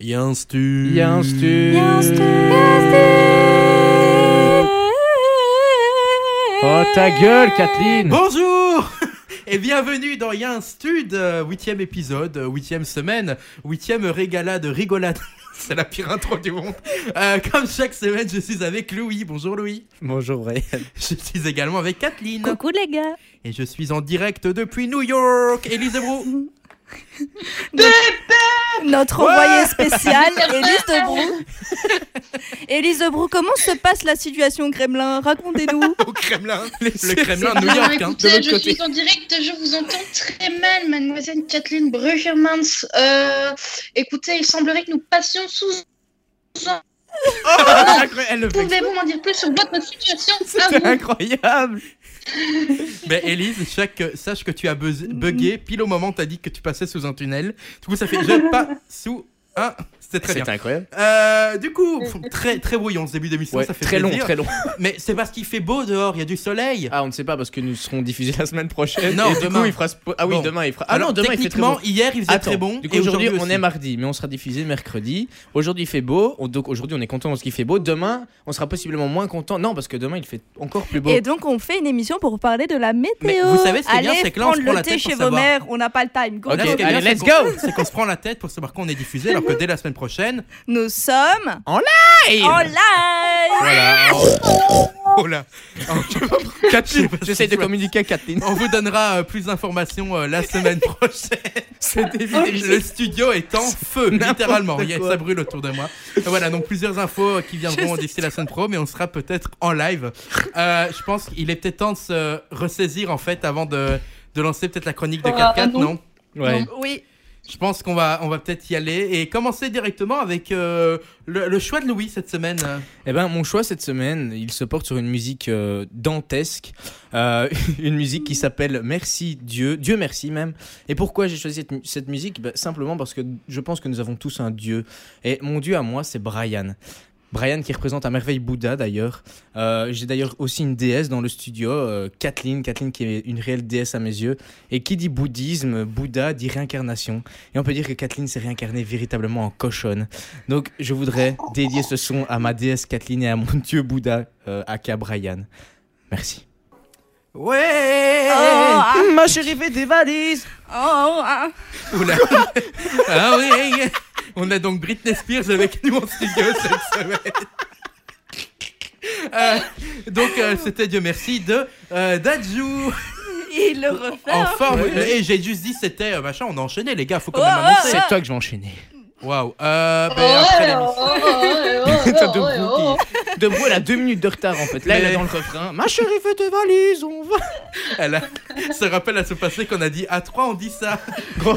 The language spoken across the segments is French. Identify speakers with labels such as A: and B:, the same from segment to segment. A: Il y a un stu.
B: Il y a un stu. Oh ta gueule, Kathleen
A: Oh. Bonjour et bienvenue dans Y'a un stud, euh, huitième épisode, euh, huitième semaine, huitième régalade rigolade. C'est la pire intro du monde. Euh, comme chaque semaine, je suis avec Louis. Bonjour Louis.
B: Bonjour, Ray.
A: Je suis également avec Kathleen.
C: Coucou les gars
A: Et je suis en direct depuis New York. Élise Brou.
C: Notre envoyée spéciale, Élise Debrou. Élise Debrou, comment se passe la situation au Kremlin Racontez-nous.
A: au Kremlin. Le Kremlin, New
D: Alors,
A: York. hein, de
D: Bah, écoutez,
A: l'autre
D: je
A: côté.
D: suis en direct, je vous entends très mal, mademoiselle Kathleen Bruggermans. Euh, écoutez, il semblerait que nous passions sous.
A: Incroyable, Elle le fait.
D: Pouvez-vous m'en dire plus sur votre situation à
A: C'était
D: vous
A: incroyable Mais Elise, chaque, sache que tu as buzz- bugué pile au moment où t'as dit que tu passais sous un tunnel. Du coup, ça fait je pas sous un... C'était très bien.
B: C'est incroyable.
A: Euh, du coup, pff, très très brouillon ce début d'émission,
B: Ouais,
A: ça fait
B: très long,
A: plaisir.
B: très long.
A: Mais c'est parce qu'il fait beau dehors, il y a du soleil.
B: Ah, on ne sait pas parce que nous serons diffusés la semaine prochaine.
A: Non,
B: et du
A: demain.
B: coup, il fera. spo- Ah oui,
A: Bon.
B: demain il fera. Ah
A: Alors,
B: non, demain il fait très
A: techniquement,
B: bon.
A: hier il faisait
B: Attends,
A: très bon.
B: Du coup,
A: et
B: aujourd'hui, on
A: aussi.
B: est mardi, mais on sera diffusé mercredi. Aujourd'hui, il fait beau. on- Donc, aujourd'hui, on est content parce qu'il fait beau. Demain, on sera possiblement moins content. Non, parce que demain, il fait encore plus beau.
C: Et donc on fait une émission pour parler de la météo.
A: Mais vous savez ce qui est
C: Allez
A: bien, c'est que là, on
C: prendre
A: se prend
C: le
A: la
C: thé
A: tête pour
C: chez vos
A: savoir.
C: mères, on n'a pas le time. Go,
B: Ok,
A: Là, ce
C: go.
A: qui est bien,
B: allez,
A: c'est
B: let's
A: qu'on-
B: go.
A: C'est qu'on se prend la tête pour savoir qu'on est diffusé, alors que dès la semaine prochaine.
C: Nous sommes
A: oh
B: Hey
C: en live
A: Voilà. Oh, oh là. Oh, je- Je sais
B: Kathleen,
A: pas
B: J'essaye
A: si
B: de
A: je-
B: communiquer à Kathleen.
A: On vous donnera euh, plus d'informations euh, la semaine prochaine. Le studio est en feu,
B: N'importe
A: littéralement. Il y a-
B: quoi.
A: ça brûle autour de moi. Euh, Voilà, donc plusieurs infos euh, qui viendront d'ici la semaine pro, mais on sera peut-être en live. Euh, je pense qu'il est peut-être temps de se ressaisir en fait avant de, de lancer peut-être la chronique de
B: bah,
D: Ah,
A: 4-4, non,
D: non.
B: Ouais.
C: Oui,
A: Je pense qu'on va, on va peut-être y aller et commencer directement avec euh, le, le choix de Louis cette semaine.
B: Eh ben, mon choix cette semaine, il se porte sur une musique euh, dantesque, euh, une musique qui s'appelle Merci Dieu, Dieu merci même. Et pourquoi j'ai choisi cette, mu- cette musique Bah, Simplement parce que je pense que nous avons tous un Dieu. Et mon Dieu à moi, c'est Brian. Brian qui représente à merveille Bouddha d'ailleurs. Euh, j'ai d'ailleurs aussi une déesse dans le studio, euh, Kathleen, Kathleen qui est une réelle déesse à mes yeux. Et qui dit bouddhisme, Bouddha dit réincarnation. Et on peut dire que Kathleen s'est réincarnée véritablement en cochonne. Donc, je voudrais dédier ce son à ma déesse Kathleen et à mon dieu Bouddha, euh, aka Brian. Merci.
A: Ouais
C: Oh, ah.
B: Ma chérie fait des valises
C: Oh, oh, ah.
A: Oula. ah oui. On a donc Britney Spears avec nous en studio cette semaine. Euh, donc euh, c'était Dieu merci de euh, Dadju
C: il le refait.
A: en
C: hein.
A: forme et j'ai juste dit c'était euh, machin on a enchaîné les gars faut quand
C: Oh,
A: même
C: oh,
A: annoncer
B: C'est toi que je vais enchaîner.
A: waouh euh, ben,
D: Oh, oh,
A: après
D: oh,
A: l'émission-
D: oh, oh, oh,
B: Putain
D: oh,
B: de
D: oh, oh,
B: groupe. Debout, elle a deux minutes de retard en fait. Là, elle
A: Mais-
B: est dans le refrain. Ma chérie fait des valises, on va.
A: elle a- se rappelle à se passer qu'on a dit à 3 on dit ça
B: Gros,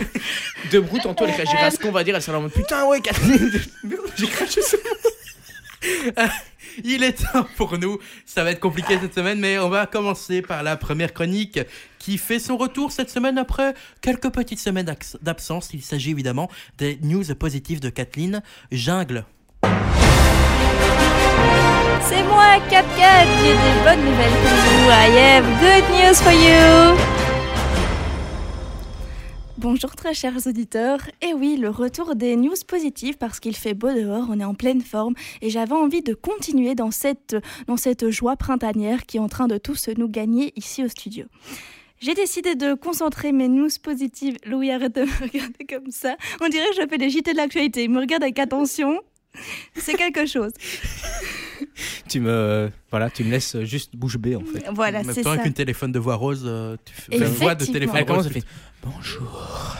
B: Debout, tantôt, elle réagira à ce qu'on va dire. Elle sera en mode putain, ouais, Kathleen. Merde, j'ai craché ça.
A: Il est temps pour nous. Ça va être compliqué cette semaine, mais on va commencer par la première chronique qui fait son retour cette semaine après quelques petites semaines d'ax- d'absence. Il s'agit évidemment des news positives de Kathleen Jungle.
C: C'est moi, 4 j'ai des bonnes nouvelles pour vous. I have good news for you. Bonjour très chers auditeurs. Et oui, le retour des news positives parce qu'il fait beau dehors, on est en pleine forme et j'avais envie de continuer dans cette, dans cette joie printanière qui est en train de tous nous gagner ici au studio. J'ai décidé de concentrer mes news positives. Louis, arrête de me regarder comme ça. On dirait que je fais les JT de l'actualité. Il me regarde avec attention. C'est quelque chose.
B: Tu me. Voilà, tu me laisses juste bouche bée en fait.
C: Voilà,
A: En même
C: c'est
A: temps,
C: ça.
A: avec une téléphone de voix rose, euh, tu fais la voix de
C: Effectivement.
A: téléphone
B: Elle commence,
A: rose.
B: elle fait Bonjour.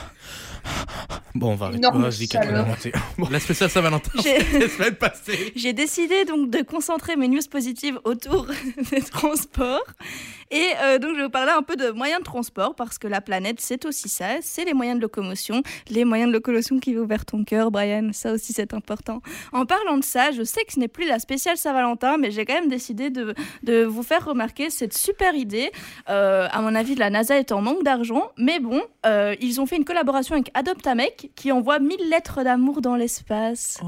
B: Bon, on va arrêter.
D: Énorme
B: Vas-y, Kathleen,
D: salaud.
B: arrêtez.
A: La spéciale Saint-Valentin,
C: J'ai-
A: la semaine passée.
C: J'ai décidé donc de concentrer mes news positives autour des transports. Et euh, donc je vais vous parler un peu de moyens de transport parce que la planète c'est aussi ça, c'est les moyens de locomotion, les moyens de locomotion qui ouvrent ton cœur, Brian, ça aussi c'est important. En parlant de ça, je sais que ce n'est plus la spéciale Saint-Valentin, mais j'ai quand même décidé de, de vous faire remarquer cette super idée. Euh, à mon avis, la NASA est en manque d'argent, mais bon, euh, ils ont fait une collaboration avec Adopt a Mec qui envoie 1000 lettres d'amour dans l'espace.
B: Oh,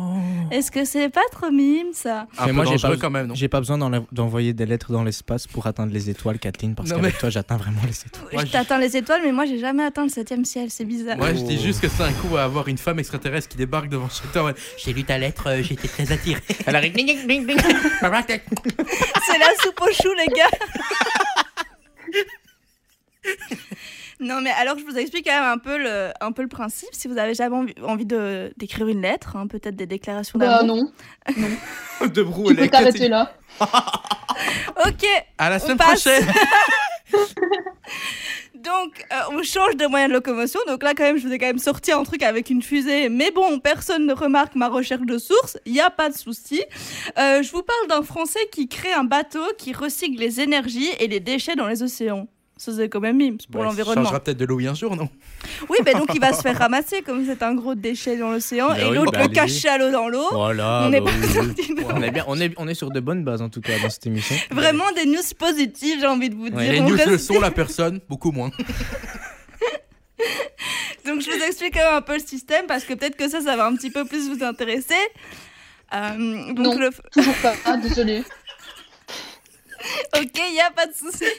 C: Est-ce que c'est pas trop mime ça
A: Un
B: Mais
A: peu
B: moi, j'ai
A: dangereux
B: pas-
A: quand même, non
B: J'ai pas besoin d'en- d'envoyer des lettres dans l'espace pour atteindre les étoiles, Jacqueline, parce
A: Non,
B: qu'avec toi, j'atteins vraiment les étoiles.
A: Moi,
C: je
A: je-
C: t'atteins les étoiles, mais moi j'ai jamais atteint le septième ciel, c'est bizarre.
A: Moi, je dis
B: Oh.
A: juste que c'est un coup à avoir une femme extraterrestre qui débarque devant chez toi. ouais. J'ai lu ta lettre, euh, j'étais très attiré.
B: Elle arrive. ding, ding, ding, ding.
C: C'est la soupe aux choux, les gars Non, mais alors je vous explique quand même un peu le, un peu le principe. Si vous avez jamais envie, envie de- d'écrire une lettre, hein, peut-être des déclarations
D: Bah
C: d'amour.
D: non,
A: De brou,
D: tu peux t'arrêter là.
C: ok,
A: À la
C: On
A: semaine
C: passe.
A: prochaine.
C: donc euh, on change de moyen de locomotion. Donc là, quand même, je vous ai quand même sorti un truc avec une fusée. Mais bon, personne ne remarque ma recherche de source. Il n'y a pas de souci. Euh, je vous parle d'un Français qui crée un bateau qui recycle les énergies et les déchets dans les océans. Ça, c'est quand même mime pour
A: Bon, il
C: l'environnement.
A: changera peut-être de Louis un jour, non
C: Oui, ben donc il va se faire ramasser comme c'est un gros déchet dans l'océan
B: Bah
C: et
B: oui,
C: l'autre
B: bah
C: le
B: allez-y.
C: cache à l'eau dans l'eau.
B: Voilà.
C: Oh, on n'est
B: bah
C: pas
B: oui, oui.
C: sorti de-
B: On est, bien, on, est, on est sur de bonnes bases en tout cas dans cette émission.
C: Vraiment des news positives, j'ai envie de vous dire.
B: Ouais,
A: Les
C: On
A: news
C: reste-
A: le sont, la personne, beaucoup moins.
C: Donc je vous explique quand même un peu le système parce que peut-être que ça, ça va un petit peu plus vous intéresser. Euh, donc
D: Non.
C: le-
D: Toujours pas, ah, désolé.
C: Ok, il n'y a pas de souci.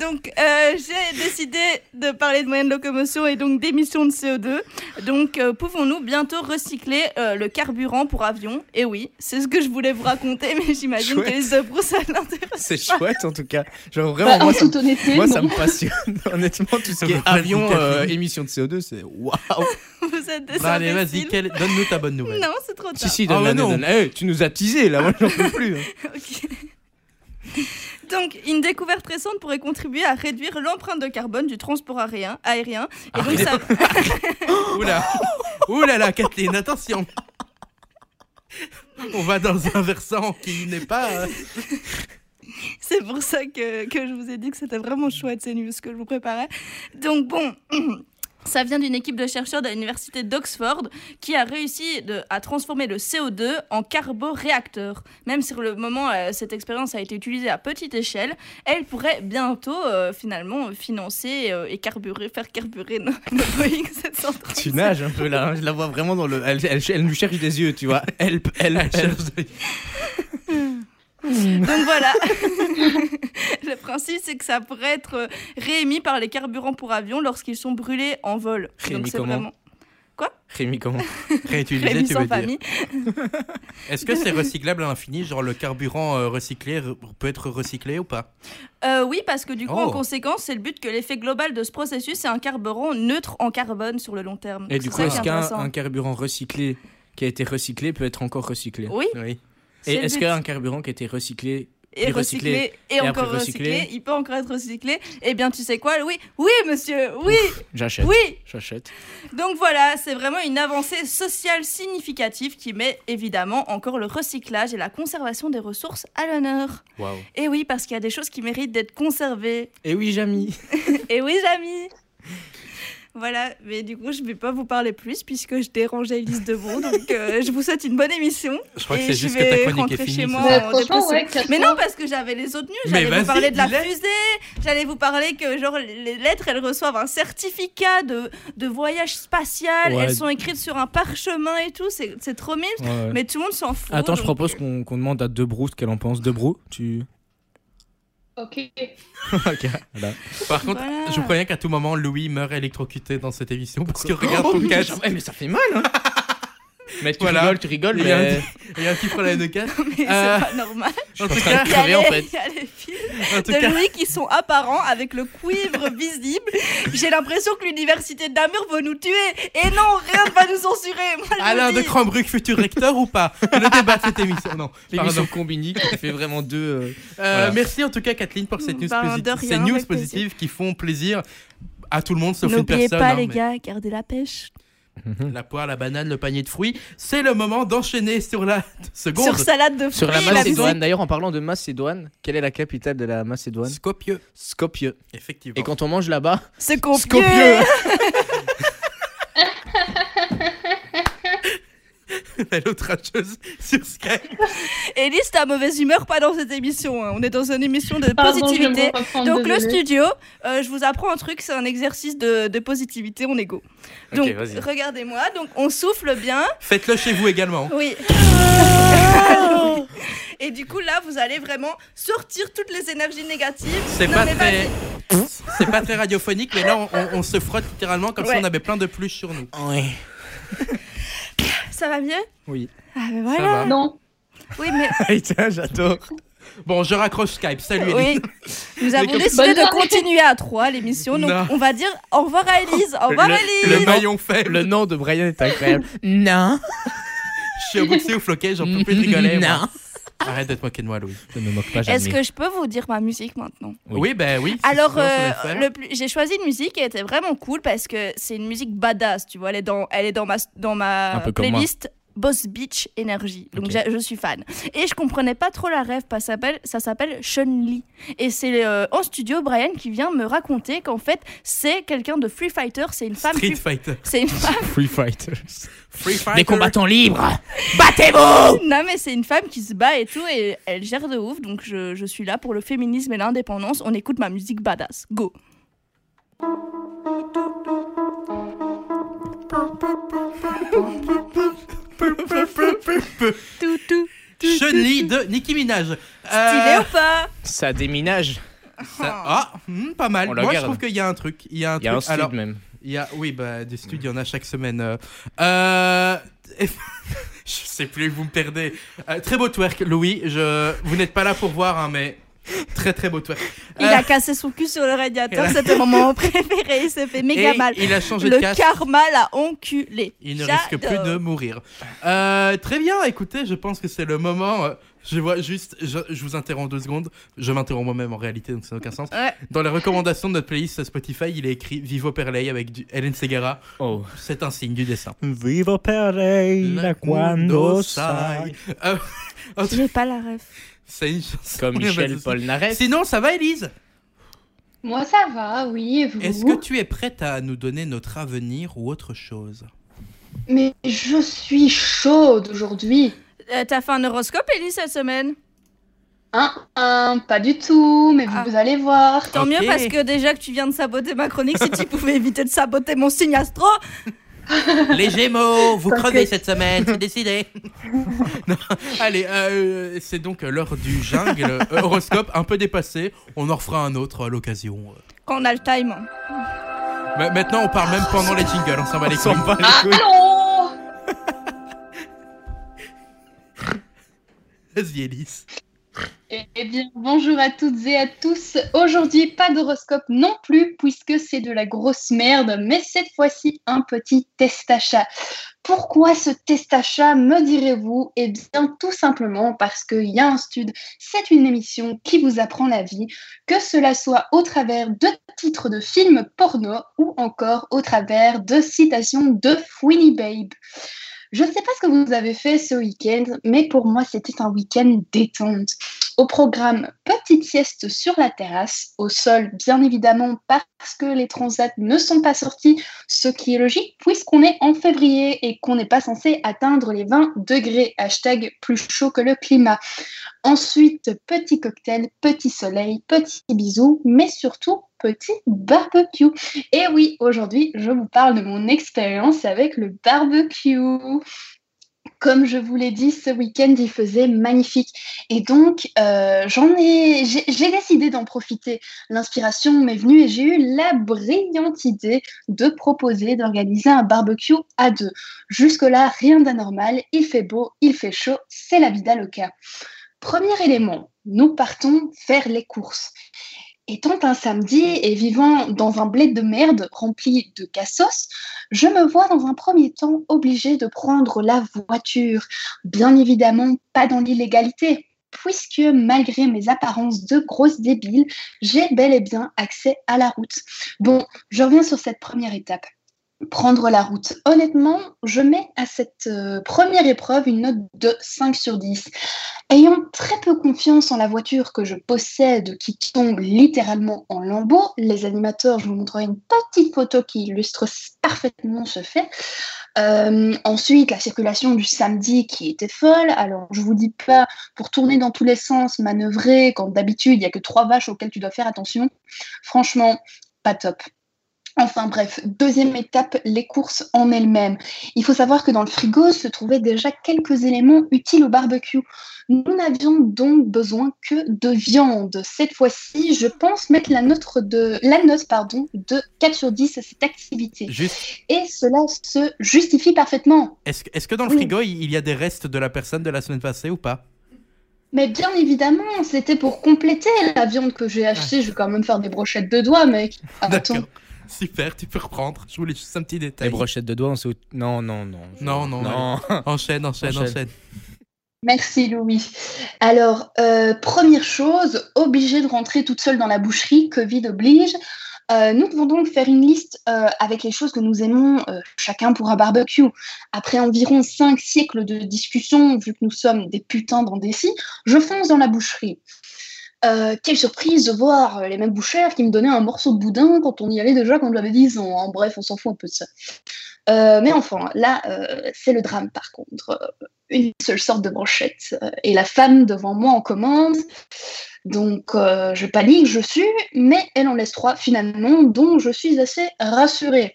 C: Donc, euh, j'ai décidé de parler de moyens de locomotion et donc d'émissions de CO2. Donc, euh, pouvons-nous bientôt recycler euh, le carburant pour avion Et oui, c'est ce que je voulais vous raconter, mais j'imagine que
B: Chouette.
C: les œuvres, ça l'intéresse.
B: C'est chouette en tout cas. Genre
D: Bah,
B: vraiment,
D: en
B: moi, ça, me-
D: toute honnêteté,
B: moi,
D: non.
B: ça me passionne. Honnêtement, tout ce qui est
A: Vraiment,
B: avion,
A: Catherine.
B: euh, émission de CO2, c'est waouh.
C: Vous êtes des
A: Bah, allez, vas-y,
C: imbéciles.
A: quelle- donne-nous ta bonne nouvelle.
C: Non, c'est trop tard.
B: Si, si,
A: Ah,
B: donne,
A: ouais,
B: donne,
A: non.
B: donne. Eh, tu nous as teasé là, moi j'en peux plus. hein.
C: Ok. Donc, une découverte récente pourrait contribuer à réduire l'empreinte de carbone du transport aérien. aérien. Et donc, ça,
A: Oula Oula là, Kathleen, attention On va dans un versant qui n'est pas. euh,
C: C'est pour ça que, que je vous ai dit que c'était vraiment chouette ces news que je vous préparais. Donc bon, ça vient d'une équipe de chercheurs de l'université d'Oxford qui a réussi de- à transformer le CO2 en carboréacteur. Même sur le moment, euh, cette expérience a été utilisée à petite échelle, elle pourrait bientôt euh, finalement financer euh, et carburer, faire carburer nos, nos Boeing 737.
B: Tu nages un peu là, hein. je la vois vraiment dans le. Elle, elle- elle nous cherche des yeux, tu vois. Help, help, help.
C: Donc voilà. le principe, c'est que ça pourrait être euh, réémis par les carburants pour avion lorsqu'ils sont brûlés en vol.
B: Réémis
C: Donc c'est
B: comment
C: vraiment
B: Rémi, comment
A: Réutilisé,
C: réémis
A: tu veux
C: sans
A: dire.
C: famille.
A: Est-ce que c'est recyclable à l'infini Genre le carburant euh, recyclé re- peut être recyclé ou pas
C: Euh, oui, parce que du coup, en
A: Oh.
C: conséquence, c'est le but que l'effet global de ce processus, c'est un carburant neutre en carbone sur le long terme.
B: Et du
C: C'est
B: coup,
C: ça
B: est-ce
C: qui est
B: qu'un
C: intéressant.
B: un carburant recyclé qui a été recyclé peut être encore recyclé
C: Oui,
A: Oui.
C: c'est
B: Et
C: le
B: est-ce
C: but.
B: qu'un carburant qui a été recyclé
C: et
B: est
C: recyclé,
B: recyclé,
C: et,
B: et
C: encore
B: après
C: recyclé.
B: recyclé
C: il peut encore être recyclé. Eh bien, tu sais quoi Oui, oui, monsieur, oui,
B: J'achète.
C: oui,
B: J'achète.
C: Donc voilà, c'est vraiment une avancée sociale significative qui met évidemment encore le recyclage et la conservation des ressources à l'honneur.
B: Waouh.
C: Et Eh oui, parce qu'il y a des choses qui méritent d'être conservées.
B: Et oui, Jamy.
C: Et oui, Jamy Voilà, mais du coup, je ne vais pas vous parler plus puisque je dérangeais Elise Debon. Donc euh, je vous souhaite une bonne émission.
A: Je crois
C: Et
A: que c'est
C: je
A: juste que
C: vais
A: ta chronique
C: rentrer
A: est
C: chez
A: finie. c'est
C: moi.
A: ça
D: Ouais,
C: en
D: franchement,
C: dépression.
D: ouais, Catherine.
C: Mais non, parce que j'avais les autres news.
A: Mais
C: J'allais vous
A: vas-y,
C: parler de la
A: dis-les.
C: fusée. J'allais vous parler que genre les lettres, elles reçoivent un certificat de, de voyage spatial.
B: Ouais.
C: Elles sont écrites sur un parchemin et tout. C'est c'est trop mime. Mais tout le monde s'en fout.
B: Attends, je
C: donc-
B: propose qu'on qu'on demande à Debrou ce qu'elle en pense. Debrou, tu.
D: Ok.
B: ok. Voilà.
A: Par contre,
C: Voilà.
A: je vous préviens qu'à tout moment, Louis meurt électrocuté dans cette émission parce que regarde
B: Oh,
A: ton
B: putain,
A: casque.
B: ça- eh, mais ça fait mal, hein Mais tu
A: Voilà.
B: rigoles, tu rigoles,
A: Il y a un-
B: mais.
A: Il y a un petit problème de casque.
C: Mais c'est
A: Euh,
C: pas normal.
B: Je
A: En
B: suis
A: tout
B: en train
A: cas-
B: de
C: Il y a
B: crever en
C: les-
B: fait.
C: il y a les fils
A: En tout
C: de
A: cas,
C: Louis qui sont apparents avec le cuivre visible. J'ai l'impression que l'université de Namur veut nous tuer. Et non, rien ne va nous censurer. Moi, je vous
A: Alain de
C: dis.
A: Cranbruck, futur recteur ou pas Le débat de cette émission. Non, pardon.
B: L'émission Combini qui fait vraiment deux. euh,
A: Euh,
B: Voilà.
A: Merci en tout cas, Kathleen, pour cette news,
C: Ben,
A: posi-
C: de rien,
A: ces news
C: avec plaisir.
A: positives qui font plaisir à tout le monde sauf une
C: N'oubliez
A: personne.
C: pas,
A: hein,
C: les
A: mais
C: gars, gardez la pêche.
A: La poire, la banane, le panier de fruits. C'est le moment d'enchaîner sur la seconde.
C: Sur salade de fruits.
B: Sur la
C: la
B: Macédoine. D'ailleurs, en parlant de Macédoine, quelle est la capitale de la Macédoine
A: Scopieux,
B: Skopje.
A: effectivement.
B: Et quand on mange là-bas,
C: musique. Ce qu'on
B: Skopje
A: Elle est l'autre rageuse sur Skype.
C: Élise, ta mauvaise humeur, pas dans cette émission. hein. On est dans une émission de
D: Pardon, je vais
C: positivité.
D: me reprendre,
C: Donc le
D: désolée.
C: studio, euh, je vous apprends un truc, c'est un exercice de, de positivité, on est go.
B: Ok,
C: Donc
B: vas-y.
C: regardez-moi, donc on souffle bien,
A: Faites-le chez vous également.
C: oui. Et du coup, là, vous allez vraiment sortir toutes les énergies négatives.
A: C'est
C: Non,
A: pas
C: mais
A: très.
C: vas-y.
A: C'est pas très radiophonique, mais là on, on- on se frotte littéralement comme si
C: Ouais.
A: on avait plein de peluches sur nous.
B: Oui.
C: Ça va mieux
B: Oui.
C: Ah, mais
A: Ça
C: voilà.
A: va.
D: Non.
C: Oui, mais
B: j'adore.
A: Bon, je raccroche Skype. Salut Ellie.
C: oui. nous avons
A: comme-
C: décidé
D: Bonne
C: de
D: soirée.
C: continuer à trois l'émission. Donc,
A: Non.
C: on va dire au revoir à Elise. Au revoir,
B: Le-
C: Elise.
A: Le maillon faible.
B: Le nom de Brian est incroyable. non.
A: Je suis au bout de souffle, ok J'en peux plus de rigoler. moi.
B: Non.
A: Arrête de te moquer de moi, Louis.
B: Je ne me moque pas
C: Est-ce
B: jamais.
C: que je peux vous dire ma musique maintenant
B: Oui.
A: Oui, ben oui. c'est
C: Alors,
A: souvent ce qu'on
C: euh,
A: aime faire.
C: le plus- j'ai choisi une musique qui était vraiment cool parce que c'est une musique badass, tu vois. Elle est dans, elle est dans ma, dans
B: Un
C: ma
B: peu comme
C: playlist Boss Beach Energy. Donc,
B: Ok.
C: j'ai- je suis fan. Et je comprenais pas trop la rêve, parce que ça s'appelle- ça s'appelle Chun Li. Et c'est euh, en studio Brian qui vient me raconter qu'en fait, c'est quelqu'un de Free Fighter, c'est une femme.
A: Street
C: free-
A: Fighter.
C: C'est une femme.
B: Free Fighters.
A: Free Fighter.
B: Des combattants libres. Battez-vous.
C: Non, mais c'est une femme qui se bat et tout, et elle gère de ouf. Donc, je, je suis là pour le féminisme et l'indépendance. On écoute ma musique badass. Go! Tout, tout.
A: Chun-Li de Nicki Minaj. Euh,
C: Stylé ou pas?
B: Ça déménage.
A: ça- Ah, hmm, pas mal.
B: On la
A: Moi, je
B: garde.
A: trouve qu'il y a un truc. Il y a un
B: Il y a un
A: truc.
B: stud
A: Alors,
B: même.
A: il y a, oui, bah, des studios, il y en a chaque semaine. euh. Euh, Je sais plus, vous me perdez. Euh, très beau twerk, Louis. Je... Vous n'êtes pas là pour voir, hein, mais très très beau twerk.
C: Il
A: Euh,
C: a cassé son cul sur le radiateur,
A: elle a-
C: c'était mon moment préféré, il s'est fait méga
A: et
C: mal.
A: Il a changé de
C: Le
A: casque.
C: karma l'a enculé.
A: Il ne
C: J'adore.
A: risque plus de mourir. Euh, très bien, écoutez, je pense que c'est le moment. euh, Je vois juste, je, je vous interromps deux secondes. Je m'interromps moi-même en réalité, donc ça n'a aucun sens.
C: Ouais.
A: Dans les recommandations de notre playlist Spotify, il est écrit Vivo Perley avec du Hélène Segara.
B: Oh.
A: C'est un signe du dessin.
B: Vivo Pereira cuando sai.
A: Euh,
C: J'ai pas la ref.
A: C'est une chanson.
B: Comme
A: Il y a pas de
B: Michel
A: souci.
B: Polnareff.
A: Sinon, bah, ça va, Elise
D: Moi, ça va, oui, et vous
A: Est-ce que tu es prête à nous donner notre avenir ou autre chose
D: Mais je suis chaude aujourd'hui.
C: Euh, T'as fait un horoscope, Ellie, cette semaine?
D: Hein, hein, pas du tout, mais vous,
C: Ah.
D: vous allez voir.
C: Tant
A: Ok.
C: mieux parce que déjà que tu viens de saboter ma chronique, si tu pouvais éviter de saboter mon signe astro,
A: Les Gémeaux, vous
D: T'inquiète.
A: crevez cette semaine, c'est décidé. Non, allez, euh, c'est donc l'heure du jungle, euh, horoscope un peu dépassé. On en refera un autre à l'occasion. Euh,
C: quand on a le time.
A: Ma- maintenant, on parle même pendant les jingles, on s'en va les
B: On s'en
A: couilles.
B: bat les
D: Ah,
B: couilles.
D: allô
A: Vas-y, Elise.
D: Eh eh bien, bonjour à toutes et à tous. Aujourd'hui, pas d'horoscope non plus, puisque c'est de la grosse merde, mais cette fois-ci, un petit test à chat. Pourquoi ce test à chat, me direz-vous Eh bien, tout simplement parce qu'il y a un stud, c'est une émission qui vous apprend la vie, que cela soit au travers de titres de films porno ou encore au travers de citations de Winnie Babe. Je ne sais pas ce que vous avez fait ce week-end, mais pour moi, c'était un week-end détente. Au programme, petite sieste sur la terrasse, au sol bien évidemment parce que les transats ne sont pas sortis, ce qui est logique puisqu'on est en février et qu'on n'est pas censé atteindre les 20 degrés, hashtag plus chaud que le climat. Ensuite, petit cocktail, petit soleil, petit bisou, mais surtout petit barbecue. Et oui, aujourd'hui, je vous parle de mon expérience avec le barbecue. Comme je vous l'ai dit, ce week-end, il faisait magnifique. Et donc, euh, j'en ai, j'ai j'ai décidé d'en profiter. L'inspiration m'est venue et j'ai eu la brillante idée de proposer d'organiser un barbecue à deux. Jusque-là, rien d'anormal. Il fait beau, il fait chaud, c'est la vida loca. Premier élément, nous partons faire les courses. Étant un samedi et vivant dans un blé de merde rempli de cassos, je me vois dans un premier temps obligée de prendre la voiture. Bien évidemment, pas dans l'illégalité, puisque malgré mes apparences de grosse débile, j'ai bel et bien accès à la route. Bon, je reviens sur cette première étape. Prendre la route. Honnêtement, je mets à cette euh, première épreuve une note de 5 sur 10. Ayant très peu confiance en la voiture que je possède, qui tombe littéralement en lambeaux, les animateurs, je vous montrerai une petite photo qui illustre parfaitement ce fait. Euh, ensuite, la circulation du samedi qui était folle. Alors, je vous dis pas pour tourner dans tous les sens, manœuvrer, quand d'habitude il y a que trois vaches auxquelles tu dois faire attention. Franchement, pas top. Enfin bref, deuxième étape, les courses en elles-mêmes. Il faut savoir que dans le frigo se trouvaient déjà quelques éléments utiles au barbecue. Nous n'avions donc besoin que de viande. Cette fois-ci, je pense mettre la note de, la note, pardon, de 4 sur 10 à cette activité.
A: Juste,
D: Et cela se justifie parfaitement.
A: est-ce que- est-ce que dans le
D: Oui.
A: frigo, il il y a des restes de la personne de la semaine passée ou pas
D: Mais bien évidemment, c'était pour compléter la viande que j'ai achetée. Je vais quand même faire des brochettes de doigts, mec. Attends.
A: D'accord. Super, tu peux reprendre. Je voulais juste un petit détail.
B: Les brochettes de doigts, on sait où- Non, non, non.
A: Non, non,
B: non.
A: Enchaîne, enchaîne,
B: Enchaîne.
A: enchaîne.
D: Merci Louis. Alors, euh, première chose, obligée de rentrer toute seule dans la boucherie, Covid oblige. Euh, nous devons donc faire une liste euh, avec les choses que nous aimons euh, chacun pour un barbecue. Après environ cinq siècles de discussion, vu que nous sommes des putains d'indécis, je fonce dans la boucherie. Euh, quelle surprise de voir euh, les mêmes bouchères qui me donnaient un morceau de boudin quand on y allait déjà quand j'avais 10 ans. En bref, on s'en fout un peu de ça. Euh, mais enfin, là, euh, c'est le drame par contre une seule sorte de brochette. Euh, Et la femme devant moi en commande. Donc, euh, je panique, je suis, mais elle en laisse trois finalement, dont je suis assez rassurée.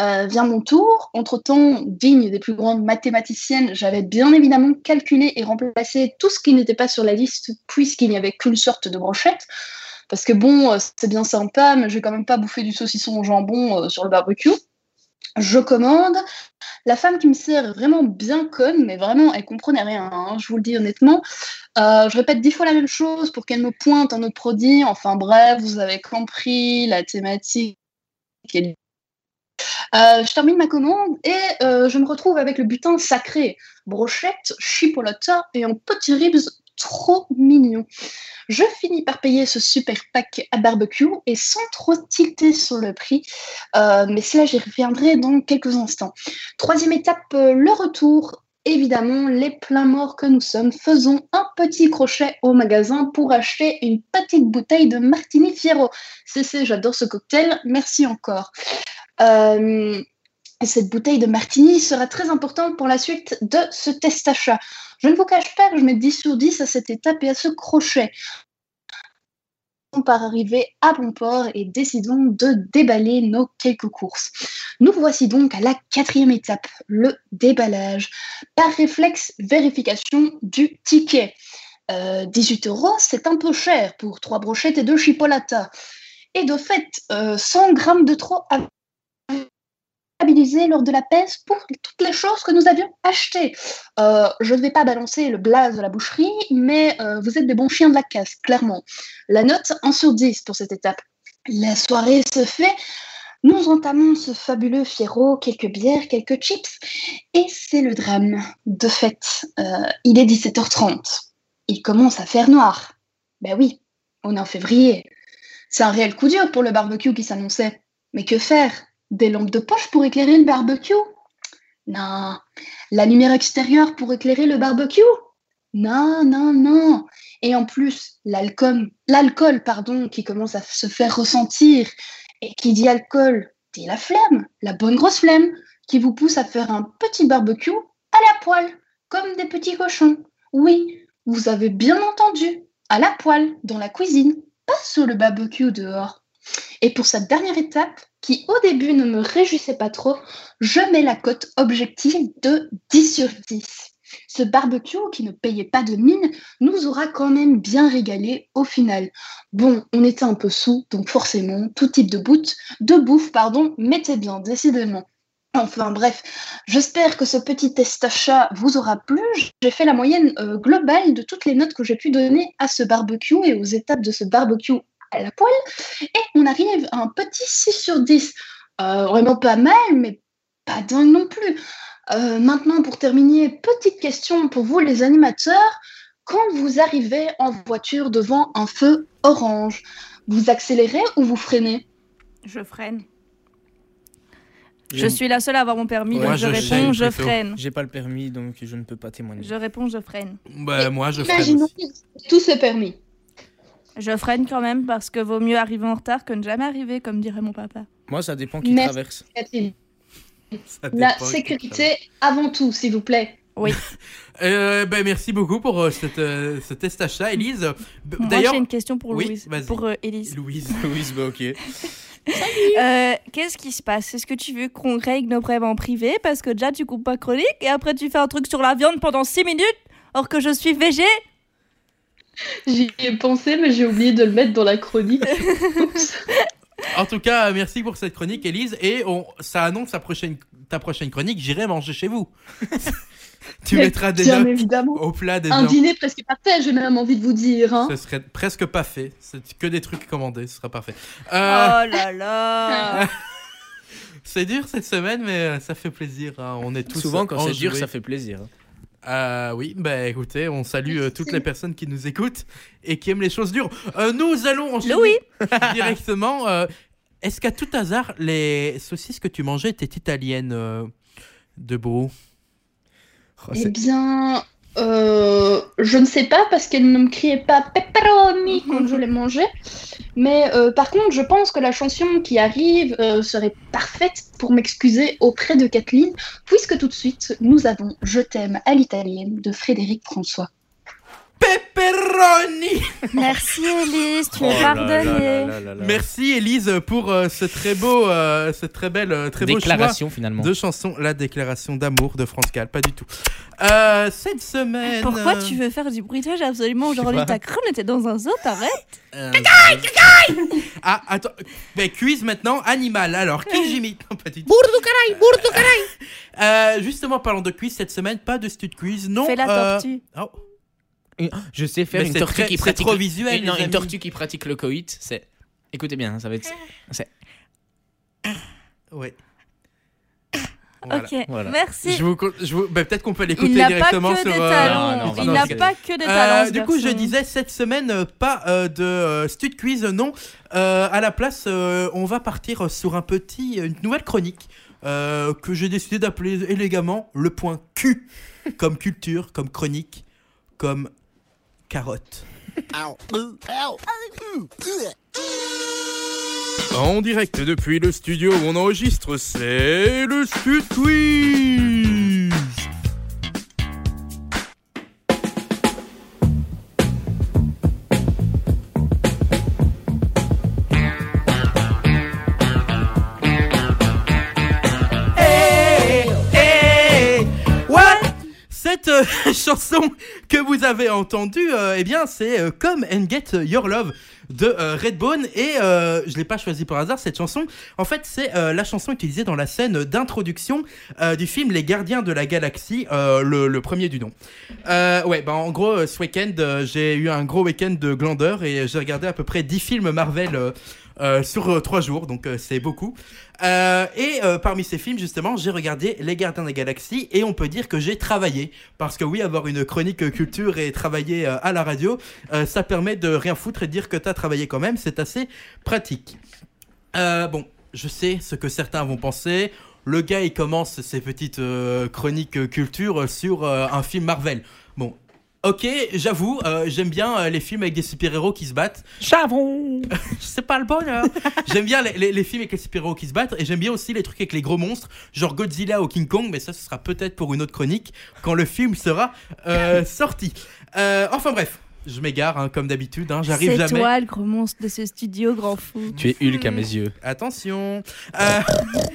D: Euh, vient mon tour. Entre-temps, digne des plus grandes mathématiciennes, j'avais bien évidemment calculé et remplacé tout ce qui n'était pas sur la liste, puisqu'il n'y avait qu'une sorte de brochette. Parce que bon, euh, c'est bien sympa, mais je vais quand même pas bouffer du saucisson au jambon euh, sur le barbecue. Je commande, la femme qui me sert est vraiment bien conne, mais vraiment, elle comprenait rien, hein, je vous le dis honnêtement. Euh, je répète dix fois la même chose pour qu'elle me pointe un autre produit. Enfin bref, vous avez compris la thématique. est- Euh, je termine ma commande et euh, je me retrouve avec le butin sacré. Brochette, chipolata et un petit ribs trop mignon. Je finis par payer ce super pack à barbecue et sans trop tilter sur le prix, euh, mais cela j'y reviendrai dans quelques instants. Troisième étape, euh, le retour. Évidemment, les pleins morts que nous sommes, faisons un petit crochet au magasin pour acheter une petite bouteille de Martini Fierro. C'est, c'est, j'adore ce cocktail, merci encore. Euh, cette bouteille de Martini sera très importante pour la suite de ce test achat. Je ne vous cache pas que je mets 10 sur 10 à cette étape et à ce crochet. Par arriver à bon port et décidons de déballer nos quelques courses. Nous voici donc à la quatrième étape, le déballage. Par réflexe, vérification du ticket. Euh, 18 euros, c'est un peu cher pour trois brochettes et deux chipolatas. Et de fait, euh, 100 grammes de trop à comptabiliser lors de la pèse pour toutes les choses que nous avions achetées. Euh, je ne vais pas balancer le blaze de la boucherie, mais euh, vous êtes des bons chiens de la casse, clairement. La note 1 sur 10 pour cette étape. La soirée se fait, nous entamons ce fabuleux fierro, quelques bières, quelques chips, et c'est le drame. De fait, euh, il est 17h30. Il commence à faire noir. Ben oui, on est en février. C'est un réel coup dur pour le barbecue qui s'annonçait. Mais que faire Des lampes de poche pour éclairer le barbecue Non. La lumière extérieure pour éclairer le barbecue Non, non, non. Et en plus, l'alcool, l'alcool, pardon, qui commence à se faire ressentir. Et qui dit alcool, dit la flemme, la bonne grosse flemme, qui vous pousse à faire un petit barbecue à la poêle, comme des petits cochons. Oui, vous avez bien entendu, à la poêle, dans la cuisine, pas sur le barbecue dehors. Et pour cette dernière étape, qui au début ne me réjouissait pas trop, je mets la cote objective de 10 sur 10. Ce barbecue qui ne payait pas de mine nous aura quand même bien régalé au final. Bon, on était un peu sous, donc forcément, tout type de, bout, de bouffe pardon, mettait bien, décidément. Enfin bref, j'espère que ce petit test achat vous aura plu. J'ai fait la moyenne euh, globale de toutes les notes que j'ai pu donner à ce barbecue et aux étapes de ce barbecue à la poêle. Et on arrive à un petit 6 sur 10. Euh, vraiment pas mal, mais pas dingue non plus. Euh, maintenant, pour terminer, petite question pour vous les animateurs quand vous arrivez en voiture devant un feu orange, vous accélérez ou vous freinez
C: Je freine.
B: J'ai-
C: Je suis la seule à avoir mon permis,
B: Ouais,
C: donc je,
B: je
A: chaîne
C: réponds, je
A: plutôt.
C: freine.
B: J'ai pas le permis, donc je ne peux pas témoigner.
C: Je réponds, je freine.
A: Bah, moi, je ferai.
D: Imaginons que tout se permis.
C: Je freine quand même parce que vaut mieux arriver en retard que ne jamais arriver, comme dirait mon papa.
B: Moi, ça dépend qui
D: Merci.
B: traverse.
D: Catherine.
A: Ça
D: La
A: dépend,
D: sécurité avant tout, s'il vous plaît.
A: Euh, ben, merci beaucoup pour euh, cette, euh, ce test achat, Elise. B-
C: Moi,
A: D'ailleurs,
C: j'ai une question pour
A: Oui,
C: Louise,
A: vas-y.
C: pour euh, Élise.
A: Louise.
B: oui, c'est pas ok.
C: Euh, Qu'est-ce qui se passe Est-ce que tu veux qu'on règle nos problèmes en privé Parce que déjà, tu coupes ma chronique et après, tu fais un truc sur la viande pendant 6 minutes Or que je suis végé
D: J'y ai pensé, mais j'ai oublié de le mettre dans la chronique. Oups.
A: En tout cas, merci pour cette chronique, Elise. Et on, ça annonce ta prochaine, ta prochaine chronique. J'irai manger chez vous. tu
D: Mais
A: mettras des
D: Bien
A: notes
D: évidemment.
A: au plat des
D: Un
A: gens.
D: dîner presque parfait, j'ai même envie de vous dire. hein.
A: Ce serait presque pas fait. C'est que des trucs commandés. Ce sera parfait.
C: Oh
A: Euh,
D: Ah.
C: là là
A: C'est dur cette semaine, mais euh, ça fait plaisir. hein. On est tous
B: Souvent, quand c'est dur,
A: enjoués.
B: ça fait plaisir.
A: Ah oui, bah écoutez, on salue euh, toutes les personnes qui nous écoutent et qui aiment les choses dures. Euh, nous allons enchaîner
C: Louis
A: directement. euh, Est-ce qu'à tout hasard, les saucisses que tu mangeais étaient italiennes euh, de Beau Ah,
B: Oh,
D: Eh
B: c'est-
D: bien, euh, je ne sais pas parce qu'elle ne me criait pas pepperoni quand je les mangeais. Mais euh, par contre, je pense que la chanson qui arrive euh, serait parfaite pour m'excuser auprès de Kathleen, puisque tout de suite, nous avons Je t'aime à l'italienne de Frédéric François.
A: Pepperoni
C: Merci Elise, tu
B: Oh
C: es
B: là là là
C: pardonnée
B: là là là.
A: Merci Elise pour euh, ce très beau, euh, ce très belle, euh, très beau choix
B: Déclaration finalement.
A: de chanson, la déclaration d'amour de France Gall. Pas du tout. Euh, cette semaine.
C: Pourquoi
A: euh,
C: tu veux faire du bruitage absolument
B: je sais
C: aujourd'hui
B: pas.
C: T'as cru on était dans un zoo, t'arrêtes
A: Euh, Ah, attends. Bah, quiz maintenant, animal. Alors, qui j'imite Non, pas du tout. Euh, justement, parlant de quiz, cette semaine, pas de stud quiz, non.
C: Fais la
A: euh,
C: tortue
A: oh,
B: Une- Je sais faire
A: mais
B: une
A: c'est
B: tortue
A: très-
B: qui
A: c'est
B: pratique.
A: trop
B: le-
A: visuel,
B: une- non,
A: les
B: une
A: amis.
B: tortue qui pratique le coït, c'est. Écoutez bien, hein, ça va être.
A: Ouais. Voilà.
C: Ok,
B: Voilà.
C: merci
A: Je vous, con- je vous- bah, peut-être qu'on peut
C: Il
A: l'écouter
C: n'a pas
A: directement
C: que
A: sur.
C: des
A: euh,
C: talons.
B: Non, non, on va
C: Il
B: pas
C: n'a
B: faire
C: pas que des
A: Euh,
C: talons. ce
A: du coup, je
C: garçon.
A: disais cette semaine euh, pas euh, de euh, stud quiz, euh, non. Euh, à la place, euh, on va partir sur un petit, une nouvelle chronique euh, que j'ai décidé d'appeler élégamment le point Q, comme culture, comme chronique, comme carotte. En direct depuis le studio où on enregistre, c'est le Stud Quiz. What Cette euh, chanson que vous avez entendue, euh, eh bien, c'est euh, Come and Get Your Love de euh, Redbone. Et euh, je ne l'ai pas choisi par hasard, cette chanson. En fait, c'est euh, la chanson utilisée dans la scène d'introduction euh, du film Les Gardiens de la Galaxie, euh, le, le premier du nom. Euh, ouais, bah, en gros, euh, ce week-end, euh, j'ai eu un gros week-end de glandeur et j'ai regardé à peu près 10 films Marvel euh, euh, sur euh, trois jours, donc euh, c'est beaucoup. Euh, et euh, parmi ces films, justement, j'ai regardé Les Gardiens de la Galaxie et on peut dire que j'ai travaillé. Parce que oui, avoir une chronique euh, culture et travailler euh, à la radio, euh, ça permet de rien foutre et de dire que t'as travaillé quand même, c'est assez pratique. Euh, bon, je sais ce que certains vont penser. Le gars, il commence ses petites euh, chroniques euh, culture sur euh, un film Marvel. Bon, ok, j'avoue, euh, j'aime bien euh, les films avec des super-héros qui se battent
B: Chavron
A: c'est pas le bonheur. j'aime bien les, les- les films avec les super-héros qui se battent et j'aime bien aussi les trucs avec les gros monstres, genre Godzilla ou King Kong, mais ça, ce sera peut-être pour une autre chronique quand le film sera euh, sorti. Euh, enfin bref, je m'égare, hein, comme d'habitude, hein, j'arrive
C: C'est
A: jamais.
C: toi le gros monstre de ce studio, grand fou.
B: Tu es Hulk hein, à mes yeux.
A: Attention. Euh,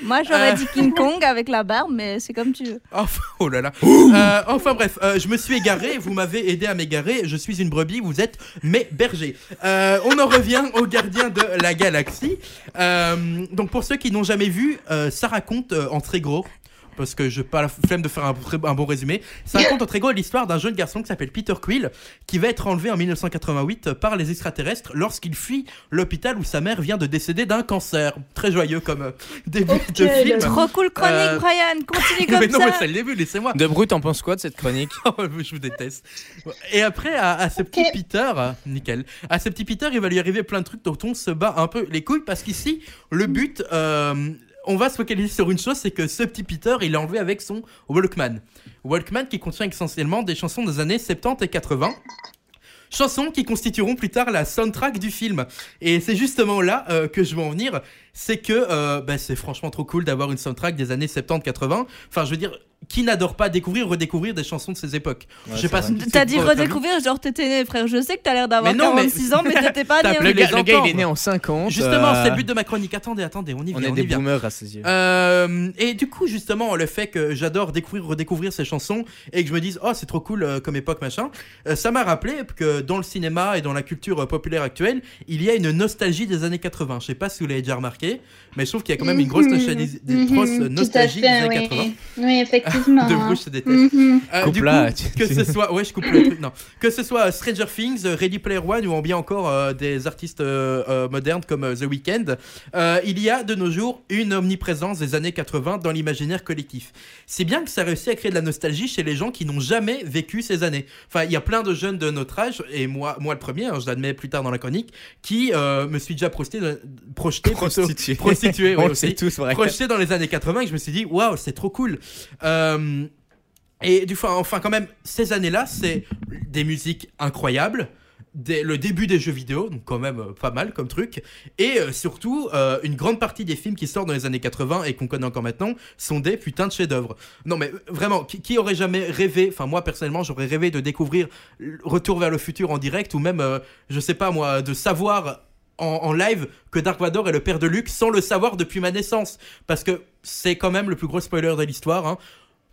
C: Moi, j'aurais
A: Euh.
C: dit King Kong avec la barbe, mais c'est comme tu veux.
A: enfin, oh là là. Euh, enfin bref, euh, je me suis égaré, vous m'avez aidé à m'égarer, je suis une brebis, vous êtes mes bergers. Euh, on en revient aux gardiens de la galaxie. Euh, donc pour ceux qui n'ont jamais vu, euh, ça raconte euh, en très gros. Parce que je pas la flemme de faire un, très- un bon résumé. Ça raconte en très gros l'histoire d'un jeune garçon qui s'appelle Peter Quill, qui va être enlevé en 1988 par les extraterrestres lorsqu'il fuit l'hôpital où sa mère vient de décéder d'un cancer. Très joyeux comme euh, début de
D: Ok,
A: film.
D: le-
C: Trop cool chronique,
A: Euh.
C: Brian. Continue
A: Mais
C: comme
A: non, mais
C: ça.
A: c'est le début, laissez-moi.
B: De Brut, t'en penses quoi de cette chronique
A: Oh, je vous déteste. Et après, à, à ce petit
D: Ok.
A: Peter, euh, nickel, à ce petit Peter, il va lui arriver plein de trucs dont on se bat un peu les couilles parce qu'ici, le but, euh, on va se focaliser sur une chose, c'est que ce petit Peter, il est enlevé avec son Walkman. Walkman qui contient essentiellement des chansons des années 70 et 80. Chansons qui constitueront plus tard la soundtrack du film. Et c'est justement là euh, que je veux en venir. C'est que euh, bah, c'est franchement trop cool d'avoir une soundtrack des années 70-80. Enfin, je veux dire, qui n'adore pas découvrir, redécouvrir des chansons de ces époques
B: Ouais,
A: Je sais
B: c'est
A: pas
B: vrai.
A: si c'est
C: T'as dit
A: votre avis.
C: redécouvrir, genre t'étais né, frère. Je sais que t'as l'air d'avoir
A: Mais non, mais-
C: 46 ans, mais t'étais pas
A: T'as
C: né.
A: appelé
B: Le,
A: les
B: gars, le gars, il est
A: entendre.
B: né en 50.
A: Justement,
B: euh,
A: c'est le but de ma chronique. Attendez, attendez, on y vient.
B: On est
A: on
B: des
A: y vient.
B: boomers à ses yeux.
A: Euh, et du coup, justement, le fait que j'adore découvrir, redécouvrir ces chansons et que je me dise, oh, c'est trop cool euh, comme époque, machin, euh, ça m'a rappelé que dans le cinéma et dans la culture euh, populaire actuelle, il y a une nostalgie des années 80. Je sais pas si vous l'avez déjà remarqué, mais je trouve qu'il y a quand même une grosse nostalgie, des
D: Mhm,
A: grosses
D: mhm, tout à
A: nostalgie des
D: fait,
A: années
D: oui.
A: 80.
D: Oui, effectivement.
A: De Bruges, je déteste.
D: Mhm.
A: Euh,
B: Coupe
A: du
B: là,
A: coup,
B: tu-
A: que
B: tu-
A: ce soit, ouais, je coupe le truc. Non, que ce soit euh, Stranger Things, euh, Ready Player One ou bien encore euh, des artistes euh, euh, modernes comme euh, The Weeknd, euh, il y a de nos jours une omniprésence des années 80 dans l'imaginaire collectif. C'est bien que ça réussit à créer de la nostalgie chez les gens qui n'ont jamais vécu ces années. Enfin, il y a plein de jeunes de notre âge et moi, moi le premier, hein, je l'admets plus tard dans la chronique, qui euh, me suis déjà projeté, projeté, plutôt-
B: Prostitué.
A: prostitué, ouais,
B: On le
A: aussi
B: sait tous, vrai.
A: projeté dans les années 80 et je me suis dit waouh c'est trop cool Euh, et du coup enfin quand même ces années là c'est des musiques incroyables des- le début des jeux vidéo donc quand même euh, pas mal comme truc et euh, surtout euh, une grande partie des films qui sortent dans les années 80 et qu'on connaît encore maintenant sont des putains de chefs-d'œuvre non mais euh, vraiment qui, qui aurait jamais rêvé enfin moi personnellement j'aurais rêvé de découvrir le Retour vers le futur en direct ou même euh, je sais pas moi de savoir en, en live que Dark Vador est le père de Luke sans le savoir depuis ma naissance. Parce que c'est quand même le plus gros spoiler de l'histoire. hein.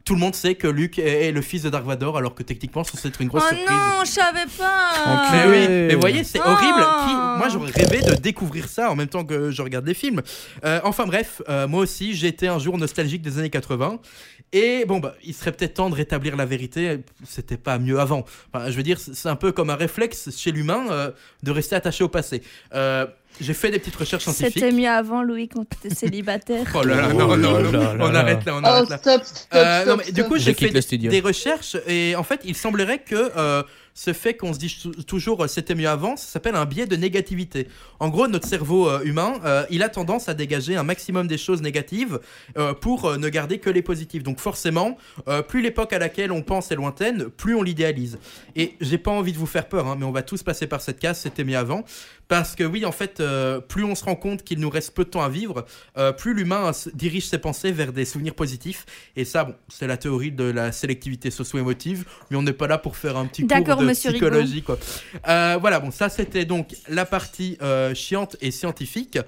A: Tout le monde sait que Luke est, est le fils de Dark Vador, alors que techniquement, ça c'est une
C: Oh
A: grosse surprise.
C: non, je savais pas.
A: Mais
B: Ah
A: oui,
B: ouais.
A: mais voyez, c'est
C: Ah.
A: horrible. Qui- moi, j'aurais rêvé de découvrir ça en même temps que je regarde des films. Euh, enfin bref, euh, moi aussi, j'étais un jour nostalgique des années 80. Et bon, bah, il serait peut-être temps de rétablir la vérité. C'était pas mieux avant. Enfin, je veux dire, c'est c'est un peu comme un réflexe chez l'humain euh, de rester attaché au passé. Euh, J'ai fait des petites recherches scientifiques.
C: C'était mieux avant, Louis, quand t'étais célibataire.
A: Oh là là,
B: Oh
A: non,
B: là
A: non,
B: là
A: non,
B: là
A: on
B: là.
A: arrête là, on
D: Oh,
A: arrête là.
D: stop, stop, stop.
A: Euh, non, mais du
D: stop.
A: coup,
B: Je
A: j'ai
B: quitte
A: fait
B: le studio.
A: des recherches et en fait, il semblerait que euh, ce fait qu'on se dit tou- toujours euh, c'était mieux avant, ça s'appelle un biais de négativité. En gros, notre cerveau euh, humain, euh, il a tendance à dégager un maximum des choses négatives euh, pour euh, ne garder que les positives. Donc forcément, euh, plus l'époque à laquelle on pense est lointaine, plus on l'idéalise. Et j'ai pas envie de vous faire peur, hein, mais on va tous passer par cette case, c'était mieux avant. Parce que oui, en fait, euh, plus on se rend compte qu'il nous reste peu de temps à vivre, euh, plus l'humain euh, se- dirige ses pensées vers des souvenirs positifs. Et ça, bon, c'est la théorie de la sélectivité socio-émotive, mais on n'est pas là pour faire un petit cours
C: D'accord,
A: de
C: monsieur Rigaud.
A: psychologie. Quoi. Euh, voilà, bon, ça c'était donc la partie euh, chiante et scientifique.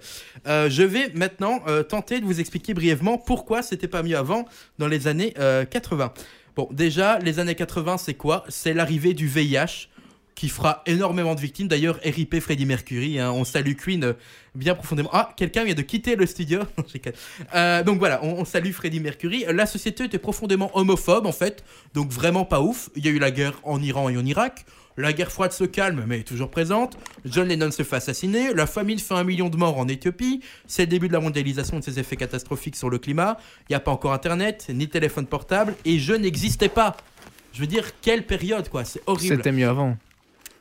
A: Euh, je vais maintenant euh, tenter de vous expliquer brièvement pourquoi c'était pas mieux avant dans les années euh, 80. Bon, déjà, les années 80, c'est quoi C'est l'arrivée du VIH qui fera énormément de victimes. D'ailleurs, RIP Freddie Mercury, hein, on salue Queen euh, bien profondément. Ah, quelqu'un vient de quitter le studio. Non, j'ai qu'à- Euh, donc voilà, on, on salue Freddie Mercury. La société était profondément homophobe en fait, donc vraiment pas ouf. Il y a eu la guerre en Iran et en Irak. La guerre froide se calme, mais est toujours présente. John Lennon se fait assassiner. La famine fait un million de morts en Éthiopie. C'est le début de la mondialisation et de ses effets catastrophiques sur le climat. Il n'y a pas encore Internet, ni téléphone portable, et je n'existais pas. Je veux dire, quelle période, quoi. C'est horrible.
B: C'était mieux avant.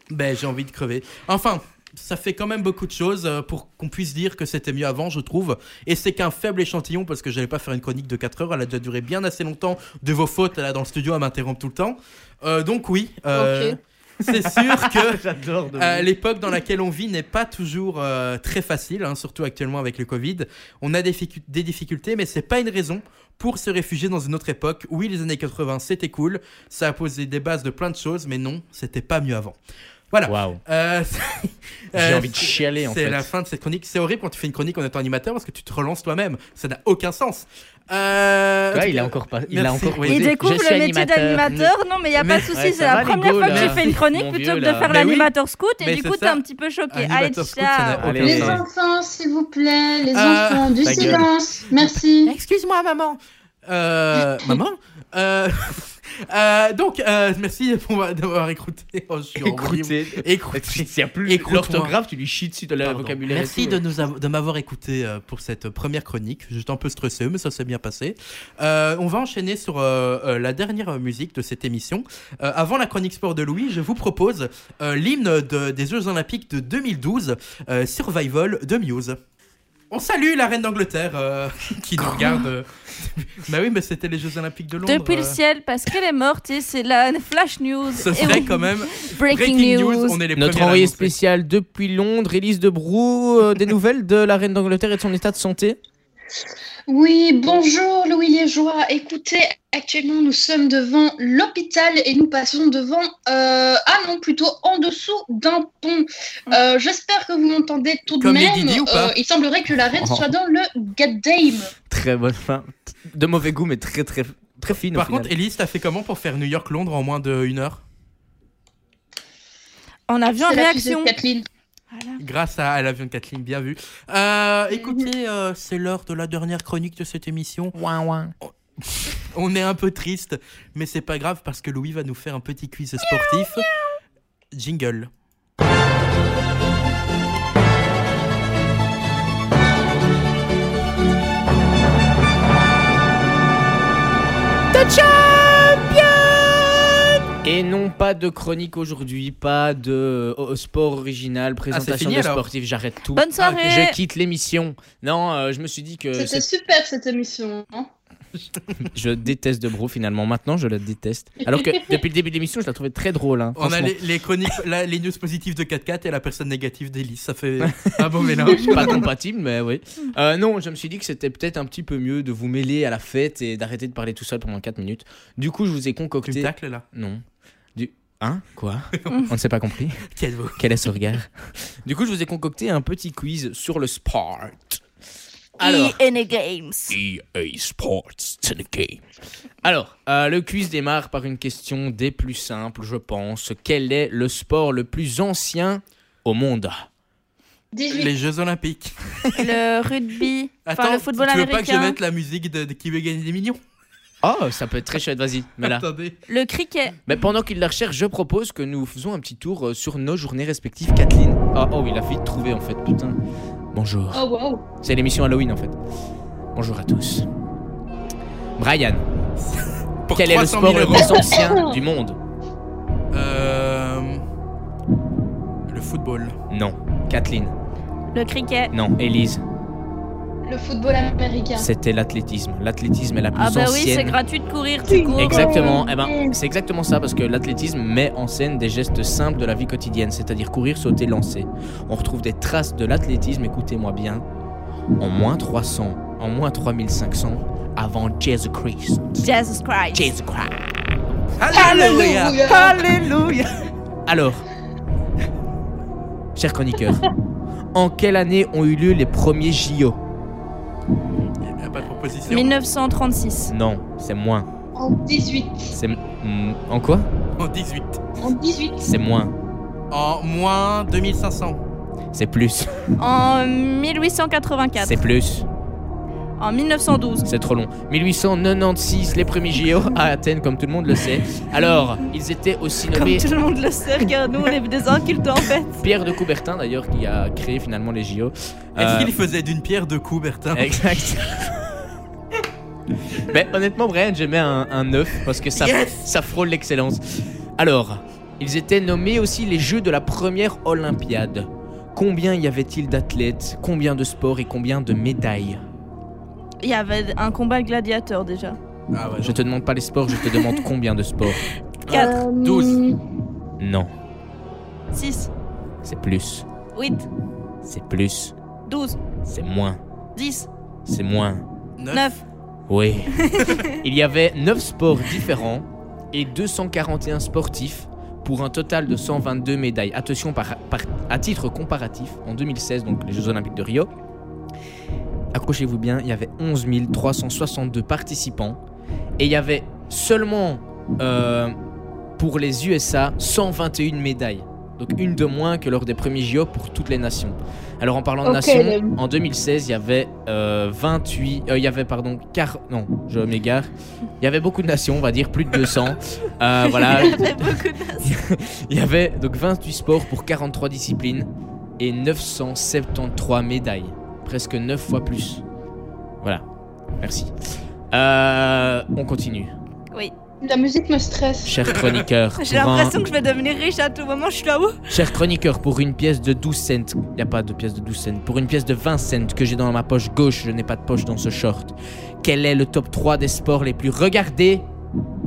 A: Ben, j'ai envie de crever. Enfin, ça fait quand même beaucoup de choses euh, pour qu'on puisse dire que c'était mieux avant, je trouve. Et c'est qu'un faible échantillon, parce que j'allais pas faire une chronique de 4 heures, elle a déjà duré bien assez longtemps, de vos fautes, là, dans le studio, à m'interrompre tout le temps. Euh, donc oui, euh,
D: Ok.
A: c'est sûr que...
B: J'adore.
A: Euh, L'époque dans laquelle on vit n'est pas toujours euh, très facile, hein, surtout actuellement avec le Covid. On a des, ficu- des difficultés, mais c'est pas une raison pour se réfugier dans une autre époque. Oui, les années 80, c'était cool, ça a posé des bases de plein de choses, mais non, c'était pas mieux avant. Voilà.
B: Waouh.
A: Euh,
B: J'ai
A: euh,
B: envie de chialer en
A: c'est
B: fait.
A: la fin de cette chronique. C'est horrible quand tu fais une chronique en étant animateur parce que tu te relances toi-même. Ça n'a aucun sens. Euh, en tout
B: Ouais, il a
A: cas,
B: encore pas. Il
A: merci,
B: a encore
A: oui.
B: posé.
C: Il
A: Je
C: découvre
B: suis
C: le métier d'animateur. Non, mais il a pas
A: Mais-
C: de souci.
B: Ouais,
C: c'est
B: ça
C: la
B: va, les
C: première
B: gars,
C: fois que
B: là.
A: euh,
C: j'ai fait une chronique
B: Mon
C: plutôt
B: vieux,
C: que de
B: là.
C: faire
A: Mais oui.
C: l'animateur scout. Et
A: Mais
C: du
A: c'est
C: coup,
A: ça.
C: t'es un petit peu choqué. Aïe,
A: Animateur scout, ça n'a
C: ciao.
A: aucun
B: Allez.
D: Les
A: sens.
D: enfants, s'il vous plaît, les
A: Euh,
D: enfants, du
B: ta gueule.
D: silence.
A: Hein
D: Merci.
A: Excuse-moi, maman. Euh, maman Euh, euh, Donc, euh, merci pour m'a- d'avoir écouté. Oh, je suis horrible. Écoutez.
B: S'il y a plus
A: Écoute-moi.
B: l'orthographe, tu lui chies dessus dans le
A: Pardon.
B: vocabulaire. et
A: Merci
B: tout,
A: de,
B: ouais.
A: nous avo- de m'avoir écouté euh, pour cette première chronique. J'étais un peu stressé, mais ça s'est bien passé. Euh, on va enchaîner sur euh, euh, la dernière euh, musique de cette émission. Euh, avant la chronique sport de Louis, je vous propose euh, l'hymne de- des Jeux Olympiques de 2012, euh, Survival de Muse. On salue la reine d'Angleterre euh, qui nous regarde. euh. bah oui, mais c'était les Jeux Olympiques de Londres.
C: Depuis le
A: euh.
C: ciel, parce qu'elle est morte. Et c'est la flash news.
A: Ce
C: Et
A: serait
C: oui,
A: quand même
C: breaking news.
A: On est les
B: Notre
A: premiers à
B: envoyé
A: l'annoncer.
B: spécial depuis Londres, Élise Debrou, euh, des nouvelles de la reine d'Angleterre et de son état de santé
D: Oui, bonjour Louis Liégeois. Écoutez, actuellement nous sommes devant l'hôpital et nous passons devant, euh, ah non, plutôt en dessous d'un pont. Euh, J'espère que vous m'entendez tout de
A: Comme les
D: même.
A: Didi ou pas
D: Euh, il semblerait que l'arrêt
B: Oh.
D: soit dans le Goddame.
B: Très bonne fin. De mauvais goût, mais très très très fine. au
A: Par
B: final.
A: contre, Elise, t'as fait comment pour faire New York-Londres en moins d'une heure
C: En avion,
D: C'est la fusée de
C: réaction.
D: Kathleen.
C: Voilà.
A: Grâce à, à l'avion de Kathleen, bien vu. Euh, écoutez, euh, c'est l'heure de la dernière chronique de cette émission.
B: Ouin, ouin.
A: On est un peu triste, mais c'est pas grave parce que Louis va nous faire un petit quiz sportif. Jingle.
B: Et non, pas de chronique aujourd'hui, pas de euh, sport original, présentation
A: Ah, fini,
B: de
A: alors
B: sportif, j'arrête tout. Ah,
C: Bonne soirée.
B: Je quitte l'émission. Non, euh, je me suis dit que
D: C'était
B: c'est-
D: super cette émission. hein.
B: je déteste Debro finalement. Maintenant, je la déteste. Alors que depuis le début de l'émission, je la trouvais très drôle. hein,
A: On a
B: franchement.
A: les, les chroniques, la- les news positives de 4x4 et la personne négative d'Elise. Ça fait un beau mélange.
B: Hein, Pas compatible, mais oui. Euh, non, je me suis dit que c'était peut-être un petit peu mieux de vous mêler à la fête et d'arrêter de parler tout seul pendant 4 minutes. Du coup, je vous ai
A: Tu me
B: concocté.
A: tacles là
B: Non. Du. Hein Quoi On ne s'est pas compris.
A: Qui êtes-vous
B: Quel est ce regard Du coup, je vous ai concocté un petit quiz sur le sport. Alors,
C: ENA E Games.
B: EA Sports, c'est le game. Alors, euh, le quiz démarre par une question des plus simples, je pense. Quel est le sport le plus ancien au monde
D: 18.
A: Les Jeux Olympiques.
C: Le rugby.
A: Attends,
C: enfin, le football
A: tu veux pas que je
C: américain.
A: mette la musique de, de qui veut gagner des millions
B: Oh, ça peut être très chouette, vas-y, mais là.
A: Attendez.
C: Le cricket.
B: Mais pendant qu'il la recherche, je propose que nous faisons un petit tour euh, sur nos journées respectives. Kathleen. Ah, oh, il a vite trouvé en fait, putain. Bonjour.
D: Oh wow.
B: C'est l'émission Halloween en fait. Bonjour à tous. Brian,
A: Pour
B: quel est le
A: 300
B: sport
A: 000
B: le
A: euros.
B: plus ancien du monde
A: Euh, Le football.
B: Non. Kathleen
C: Le cricket.
B: Non. Elise
D: Le football américain.
B: C'était l'athlétisme. L'athlétisme est la plus
C: Ah bah oui, c'est
B: ancienne.
C: gratuit de courir, tu cours.
B: Exactement, eh ben, c'est exactement ça parce que l'athlétisme met en scène des gestes simples de la vie quotidienne, c'est-à-dire courir, sauter, lancer. On retrouve des traces de l'athlétisme, écoutez-moi bien, en moins 300, en moins 3500 avant Jésus-Christ.
C: Jesus Christ.
B: Jésus-Christ.
A: Alléluia
B: Alléluia Alors, cher chroniqueur, en quelle année ont eu lieu les premiers JO
A: Il n'y a pas de proposition.
C: 1936.
B: Non, c'est moins.
D: En 18.
B: C'est mm, en quoi
A: En 18.
D: En 18.
B: C'est moins.
A: En moins 2500.
B: C'est plus.
C: En 1884.
B: C'est plus.
C: En 1912.
B: C'est trop long. 1896, les premiers JO à Athènes, comme tout le monde le sait. Alors, ils étaient aussi
C: Comme
B: nommés
C: tout le monde le sait, regarde, nous on est des incultes en fait.
B: Pierre de Coubertin, d'ailleurs, qui a créé finalement les JO.
A: Est-ce
B: Euh,
A: qu'il faisait d'une pierre deux coups, Bertin
B: Exact. Mais honnêtement, Brian, j'aimais un, un 9 parce que ça,
A: Yes
B: ça frôle l'excellence. Alors, ils étaient nommés aussi les Jeux de la première Olympiade. Combien y avait-il d'athlètes, combien de sports et combien de médailles
C: Il y avait un combat gladiateur déjà.
A: Ah ouais.
B: Je te demande pas les sports, je te demande combien de sports.
D: Euh,
C: 4,
A: 12.
B: Non,
C: 6,
B: c'est plus,
C: 8,
B: c'est plus,
C: 12,
B: c'est moins,
C: 10,
B: c'est moins.
C: 9.
B: Oui. Il y avait 9 sports différents et 241 sportifs pour un total de 122 médailles. Attention, par, par- à titre comparatif, en 2016, donc les Jeux Olympiques de Rio, accrochez-vous bien, il y avait 11 362 participants et il y avait seulement euh, pour les USA 121 médailles. Donc une de moins que lors des premiers JO pour toutes les nations. Alors en parlant de
D: Ok,
B: nations,
D: le-
B: en 2016, il y avait euh, 28, euh, il y avait pardon, car non, je m'égare. Il y avait beaucoup de nations, on va dire plus de 200. Euh, voilà,
C: Il y avait beaucoup de
B: il y avait donc 28 sports pour 43 disciplines et 973 médailles, presque 9 fois plus. Voilà. Merci. Euh, on continue.
D: La musique me stresse.
B: Cher chroniqueur,
C: J'ai
B: pour un-
C: l'impression que je vais devenir riche à tout moment, je suis là-haut.
B: Cher chroniqueur, pour une pièce de 12 cents, il a pas de pièce de 12 cents, pour une pièce de 20 cents que j'ai dans ma poche gauche, je n'ai pas de poche dans ce short. Quel est le top 3 des sports les plus regardés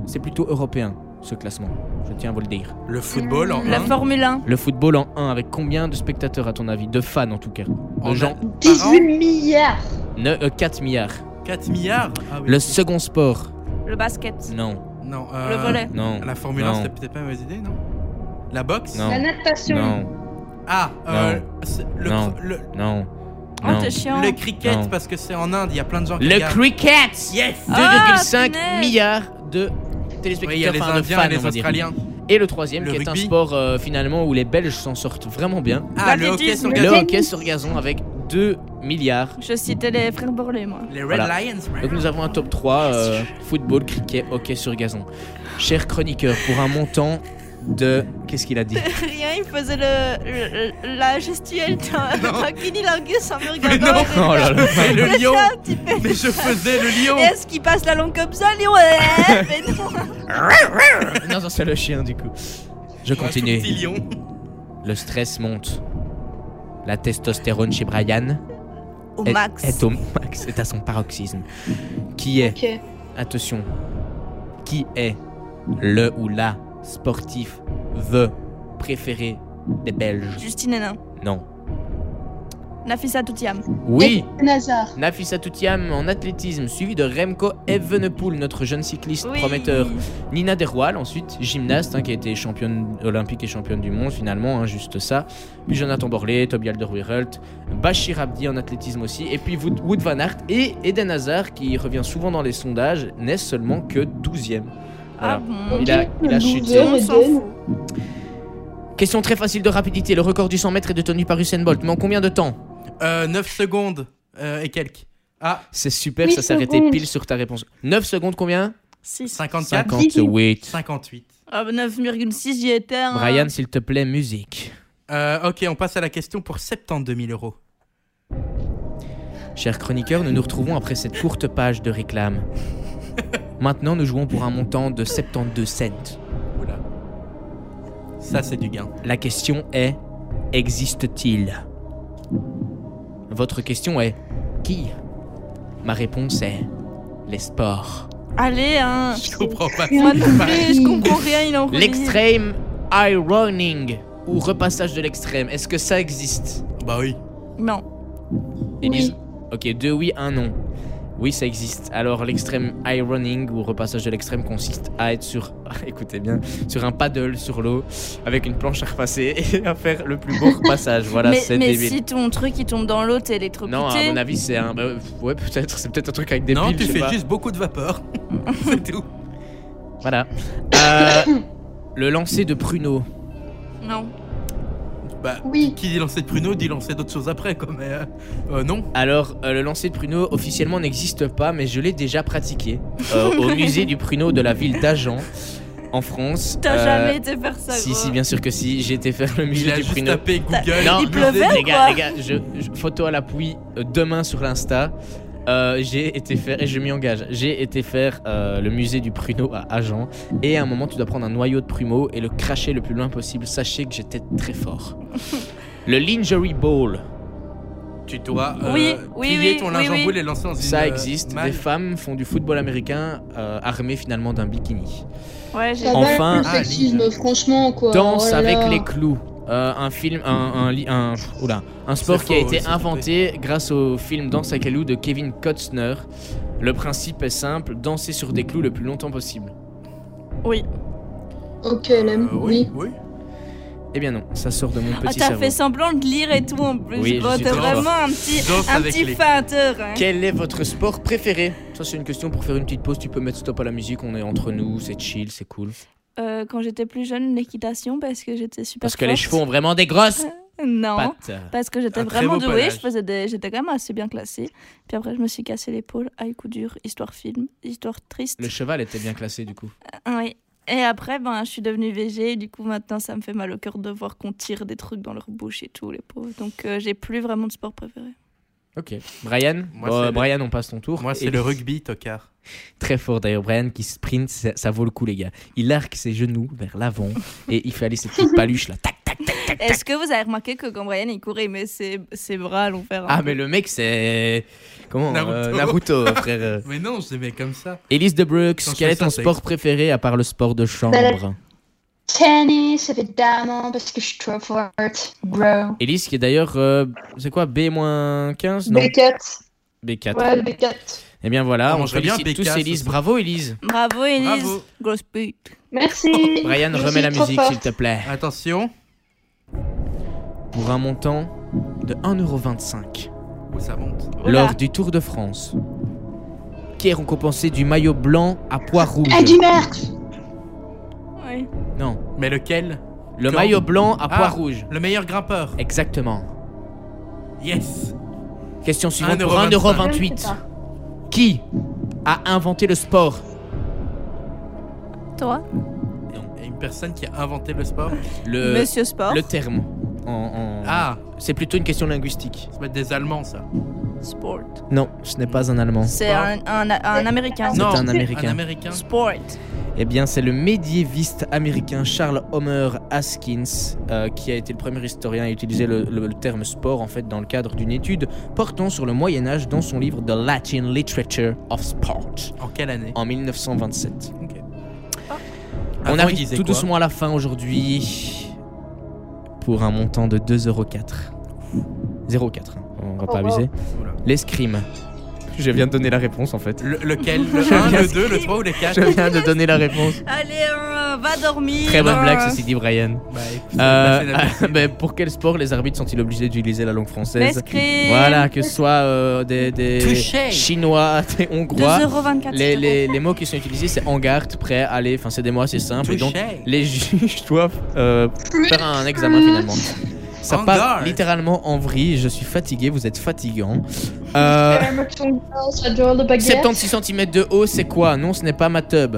B: C'est plutôt européen, ce classement. Je tiens à vous le dire.
A: Le football en
C: La
A: un,
C: Formule 1,
B: Le football en 1, avec combien de spectateurs à ton avis De fans en tout cas.
A: en
B: gens.
A: un- par an.
D: 18 milliards.
B: Ne, euh, 4 milliards.
A: 4 milliards Ah oui.
B: Le second sport.
C: Le basket.
B: Non.
A: Non, euh,
C: Le volet.
B: Non.
A: La Formule 1,
B: non.
A: c'était peut-être pas une mauvaise idée, non La boxe
B: Non.
D: La natation.
B: Non.
A: Ah, euh, c'est- le,
B: Non.
A: cr- le,
B: Non.
C: Oh,
B: non.
C: t'es chiant.
A: le cricket,
B: Non.
A: parce que c'est en Inde, il y a plein de gens qui
B: Le
A: regardent.
B: cricket
A: Yes
C: Ah,
B: 2,5
C: punaise.
B: milliards de
A: Oui, il y
B: téléspectateurs,
A: a les
B: enfin, de
A: Indiens
B: fans,
A: et les
B: on va dire.
A: Australiens.
B: Et le troisième,
A: Le
B: qui est un
A: rugby.
B: sport euh, finalement où les Belges s'en sortent vraiment bien.
A: Ah, le hockey
C: L'athlétisme.
A: sur
D: Le
B: Le
A: gazon.
D: tennis.
B: hockey sur gazon avec 2 milliards.
C: Je citais les frères Borlé, moi.
A: Les Red
B: Voilà.
A: Lions,
B: Donc nous avons un top 3, euh, football, cricket, hockey sur gazon. Cher chroniqueur, pour un montant de... Qu'est-ce qu'il a dit
C: Rien, il faisait le, le- la gestuelle d'un
A: Non.
C: d'un cunnilingus en me
A: Mais
C: regardant.
A: non
C: et-
B: Oh là là.
A: C'est le
C: Mais
A: lion
C: ça, tu fais-
A: Mais je faisais le lion
C: Est-ce qu'il passe la langue comme ça, Léon Ouais, Mais non
B: Non, ça c'est le chien du coup. Je
A: Un tout Petit
B: continue.
A: lion.
B: Le stress monte. La testostérone chez Brian
C: Au
B: est,
C: max.
B: est au max, est à son paroxysme. Qui est,
D: Ok.
B: attention, qui est le ou la sportif the préféré des Belges
C: Justine Hénin.
B: Non.
C: Nafissa Toutiam.
B: Oui
D: Nazar.
B: Nafissa Toutiam en athlétisme, suivi de Remco Evenepoel, notre jeune cycliste prometteur. Nina Derwal, ensuite gymnaste, hein, qui a été championne olympique et championne du monde finalement, hein, juste ça. Puis Jonathan Borlé, Toby Alderweireld, Bachir Abdi en athlétisme aussi, et puis Wood, Wood Van Aert et Eden Hazard, qui revient souvent dans les sondages, n'est seulement que 12e.
C: Ah
B: Voilà.
C: bon
B: Il a-
D: Ok,
B: il a
D: le
B: chuté.
D: loser,
C: On s'en
D: Eden.
C: fout.
B: Question très facile de rapidité, le record du 100 mètres est détenu par Usain Bolt, mais en combien de temps
A: Euh, 9 secondes euh, et quelques. Ah,
B: C'est super,
D: Huit
B: ça s'est arrêté
D: secondes.
B: pile sur ta réponse. 9 secondes combien
C: 6.
A: 54
B: 58.
A: 58.
C: Ah, bah, 9,6, j'y étais. hein.
B: Brian, s'il te plaît, musique.
A: Euh, ok, on passe à la question pour 72 000 euros.
B: Chers chroniqueurs, nous nous retrouvons après cette courte page de réclame. Maintenant, nous jouons pour un montant de 72 cents.
A: Oula. Ça, c'est du gain.
B: La question est existe-t-il Votre question est qui Ma réponse est les sports.
C: Allez, hein
A: Je comprends pas.
C: Moi non
A: Bah,
C: plus, je comprends rien, il en
B: L'extrême ironing ou repassage de l'extrême, est-ce que ça existe
A: Bah oui.
C: Non.
B: Élise. Ok, deux oui, un non. Oui, ça existe. Alors, l'extrême ironing ou repassage de l'extrême consiste à être sur, écoutez bien, sur un paddle sur l'eau avec une planche à repasser et à faire le plus beau repassage. Voilà,
C: mais
B: c'est
C: mais
B: débile.
C: si ton truc il tombe dans l'eau, t'es électrocuté.
B: Non, à mon avis, c'est un. bah, euh, ouais, peut-être. C'est peut-être un truc avec des
A: non,
B: piles.
A: tu
B: je sais
A: fais
B: pas.
A: juste beaucoup de vapeur. c'est tout.
B: Voilà. Euh, le lancer de pruneau.
C: Non.
A: Bah,
D: Oui.
A: qui dit lancer de pruneaux dit lancer d'autres choses après, comme. euh, euh, non.
B: Alors, euh, le lancer de pruneau officiellement n'existe pas, mais je l'ai déjà pratiqué euh, au musée du pruneau de la ville d'Agen, en France.
C: T'as
B: Euh,
C: jamais été faire ça,
B: Si,
C: gros.
B: si, bien sûr que si. J'ai été faire le
A: Il
B: musée
A: a
B: du
A: juste
B: pruneau.
A: tapé Google.
C: T'as-
B: Non,
C: Il pleuvait
B: les
C: ou
B: gars,
C: quoi
B: les gars, je, je- photo à l'appui euh, demain sur l'Insta. Euh, j'ai été faire, et je m'y engage, j'ai été faire euh, le musée du pruneau à Agen. Et à un moment, tu dois prendre un noyau de prumeau et le cracher le plus loin possible. Sachez que j'étais très fort. le lingerie ball,
A: Tu dois euh,
C: Oui, oui,
A: plier
C: oui,
A: ton
C: oui,
A: linge
C: oui.
A: en boule et lancer dans une.
B: ça
A: euh,
B: existe.
A: malle.
B: Des femmes font du football américain euh, armées finalement d'un bikini.
C: Ouais, j'ai.
D: Ça va,
B: Enfin,
D: le sexisme,
A: Aline.
D: franchement, quoi.
B: Danse
D: Oh là
B: avec
D: là.
B: les clous. Euh, un film, un, un, li- un- oula, un sport
A: C'est
B: qui a
A: faux,
B: été
A: c'est
B: inventé grâce au film Danse avec les clous de Kevin Costner. Le principe est simple danser sur des clous le plus longtemps possible.
D: Ok,
A: Euh,
D: LM, oui.
A: oui. oui.
B: Eh bien non, ça sort de mon
C: Ah,
B: petit
C: t'as
B: cerveau.
C: fait semblant de lire et tout en plus.
B: Oui, je
C: Bon,
B: suis
C: t'es
A: trop
C: vraiment un petit,
A: Danse
C: un
A: avec
C: petit
A: les-
C: feinteur. Hein.
B: Quel est votre sport préféré Ça c'est une question pour faire une petite pause. Tu peux mettre stop à la musique. On est entre nous, c'est chill, c'est cool.
C: Euh, quand j'étais plus jeune, l'équitation, parce que j'étais super.
B: Parce que
C: forte.
B: les chevaux ont vraiment des grosses
C: Non.
B: pattes.
C: Parce que j'étais
A: Un très
C: vraiment
A: beau
C: douée,
A: pelage.
C: je faisais des- j'étais quand même assez bien classée. Puis après, je me suis cassé l'épaule à coup dur, histoire film, histoire triste.
B: Le cheval était bien classé du coup.
C: Ah Oui. Et après, ben, je suis devenue VG. Et du coup, maintenant, ça me fait mal au cœur de voir qu'on tire des trucs dans leur bouche et tout, les pauvres. Donc, euh, j'ai plus vraiment de sport préféré.
B: Ok. Brian,
A: Moi,
B: Bon,
A: c'est le-
B: Brian, on passe ton tour.
A: Moi, c'est
B: Et-
A: le rugby, tocard.
B: Très fort d'ailleurs, Brian qui sprint, ça, ça vaut le coup les gars. Il arque ses genoux vers l'avant et il fait aller cette petite paluche là. Tac.
C: Est-ce que vous avez remarqué que quand Brian il courait, mais ses, ses bras hein? l'ont fait.
B: Ah mais le mec c'est... Comment euh,
A: Naruto.
B: Naruto, frère. euh.
A: Mais non, je l'aimais comme ça.
B: Elise de Brooks,
A: Quand je
B: quel
A: fais
B: est ton
A: ça, c'est-
B: sport préféré à part le sport de
D: Bah,
B: chambre
D: Tennis, évidemment, parce que je suis trop forte, bro.
B: Elise qui est d'ailleurs... euh, c'est quoi B-15 Non.
D: Bucket.
B: B4.
D: Ouais, B4.
B: Et bien voilà,
A: On
B: on,
A: serait bien
B: félicite bien tous
A: B4,
B: Élise.
A: ce soir.
B: Bravo Élise.
C: Bravo, Elise.
A: Bravo.
C: Grosse pute.
D: Merci.
B: Brian,
D: Je
B: remets la
D: suis trop
B: musique
D: forte.
B: s'il te plaît.
A: Attention.
B: Pour un montant de 1,25€
A: Oh, ça monte.
C: Oula.
B: lors du Tour de France, qui est récompensé du maillot blanc à pois rouge.
D: Ah, du Merckx
C: Ouais.
B: Non,
A: Mais lequel
B: le
A: Quand-
B: maillot blanc à
A: Ah.
B: pois rouge.
A: Le meilleur grimpeur.
B: Exactement.
A: Yes.
B: Question suivante pour
A: 1,25.
D: Je ne sais
B: 1,28€.
D: pas.
B: Qui a inventé le sport
C: Toi,
A: Il y a une personne qui a inventé le sport.
B: Le,
C: Monsieur Sport.
B: Euh, le terme. En- en-
A: Ah,
B: C'est plutôt une question linguistique.
A: ça va être des Allemands, ça.
C: Sport.
B: Non, ce n'est pas un allemand.
C: C'est un, un, un Américain.
B: C'est
A: Non.
B: un
A: Un
B: américain.
A: Américain.
C: Sport.
B: Eh bien, c'est le médiéviste américain Charles Homer Haskins euh, qui a été le premier historien à utiliser le, le- le terme sport en fait dans le cadre d'une étude portant sur le Moyen Âge dans son livre The Latin Literature of Sport
A: En quelle année
B: en 1927. On
A: Avant, il
B: Ah. arrive
A: disait
B: tout
A: quoi
B: doucement à la fin aujourd'hui pour un montant de 2,04€. 0,4, hein, on va pas
D: Oh, wow.
B: abuser.
A: Oula.
B: L'escrime. Je viens de donner la réponse en fait.
A: Le- lequel Le 1, le 2, le 3 ou le Bah, 4
B: Je viens de donner la réponse.
C: Allez, hein, va dormir.
B: Très bonne
C: hein.
B: blague, ceci dit, Brian.
A: Bah, écoute,
B: Euh,
A: c'est la scène à-
B: ben, pour quel sport les arbitres sont-ils obligés d'utiliser la langue française
C: L'escrime.
B: Voilà, que ce soit euh, des, des
A: Touché.
B: Chinois, des Hongrois.
C: 2,24€.
B: Les, les- les mots qui sont utilisés, c'est en garde, prêt, aller, enfin c'est des mots assez simples. Et donc
A: Touché.
B: les juges doivent euh, faire un examen finalement. Ça
A: En
B: part
A: garde.
B: littéralement en vrille, je suis fatigué, vous êtes fatigant. Euh,
D: Euh, Merckx, Merckx, Adore le baguette.
B: 76 cm de haut, c'est quoi Non, ce n'est pas ma tub.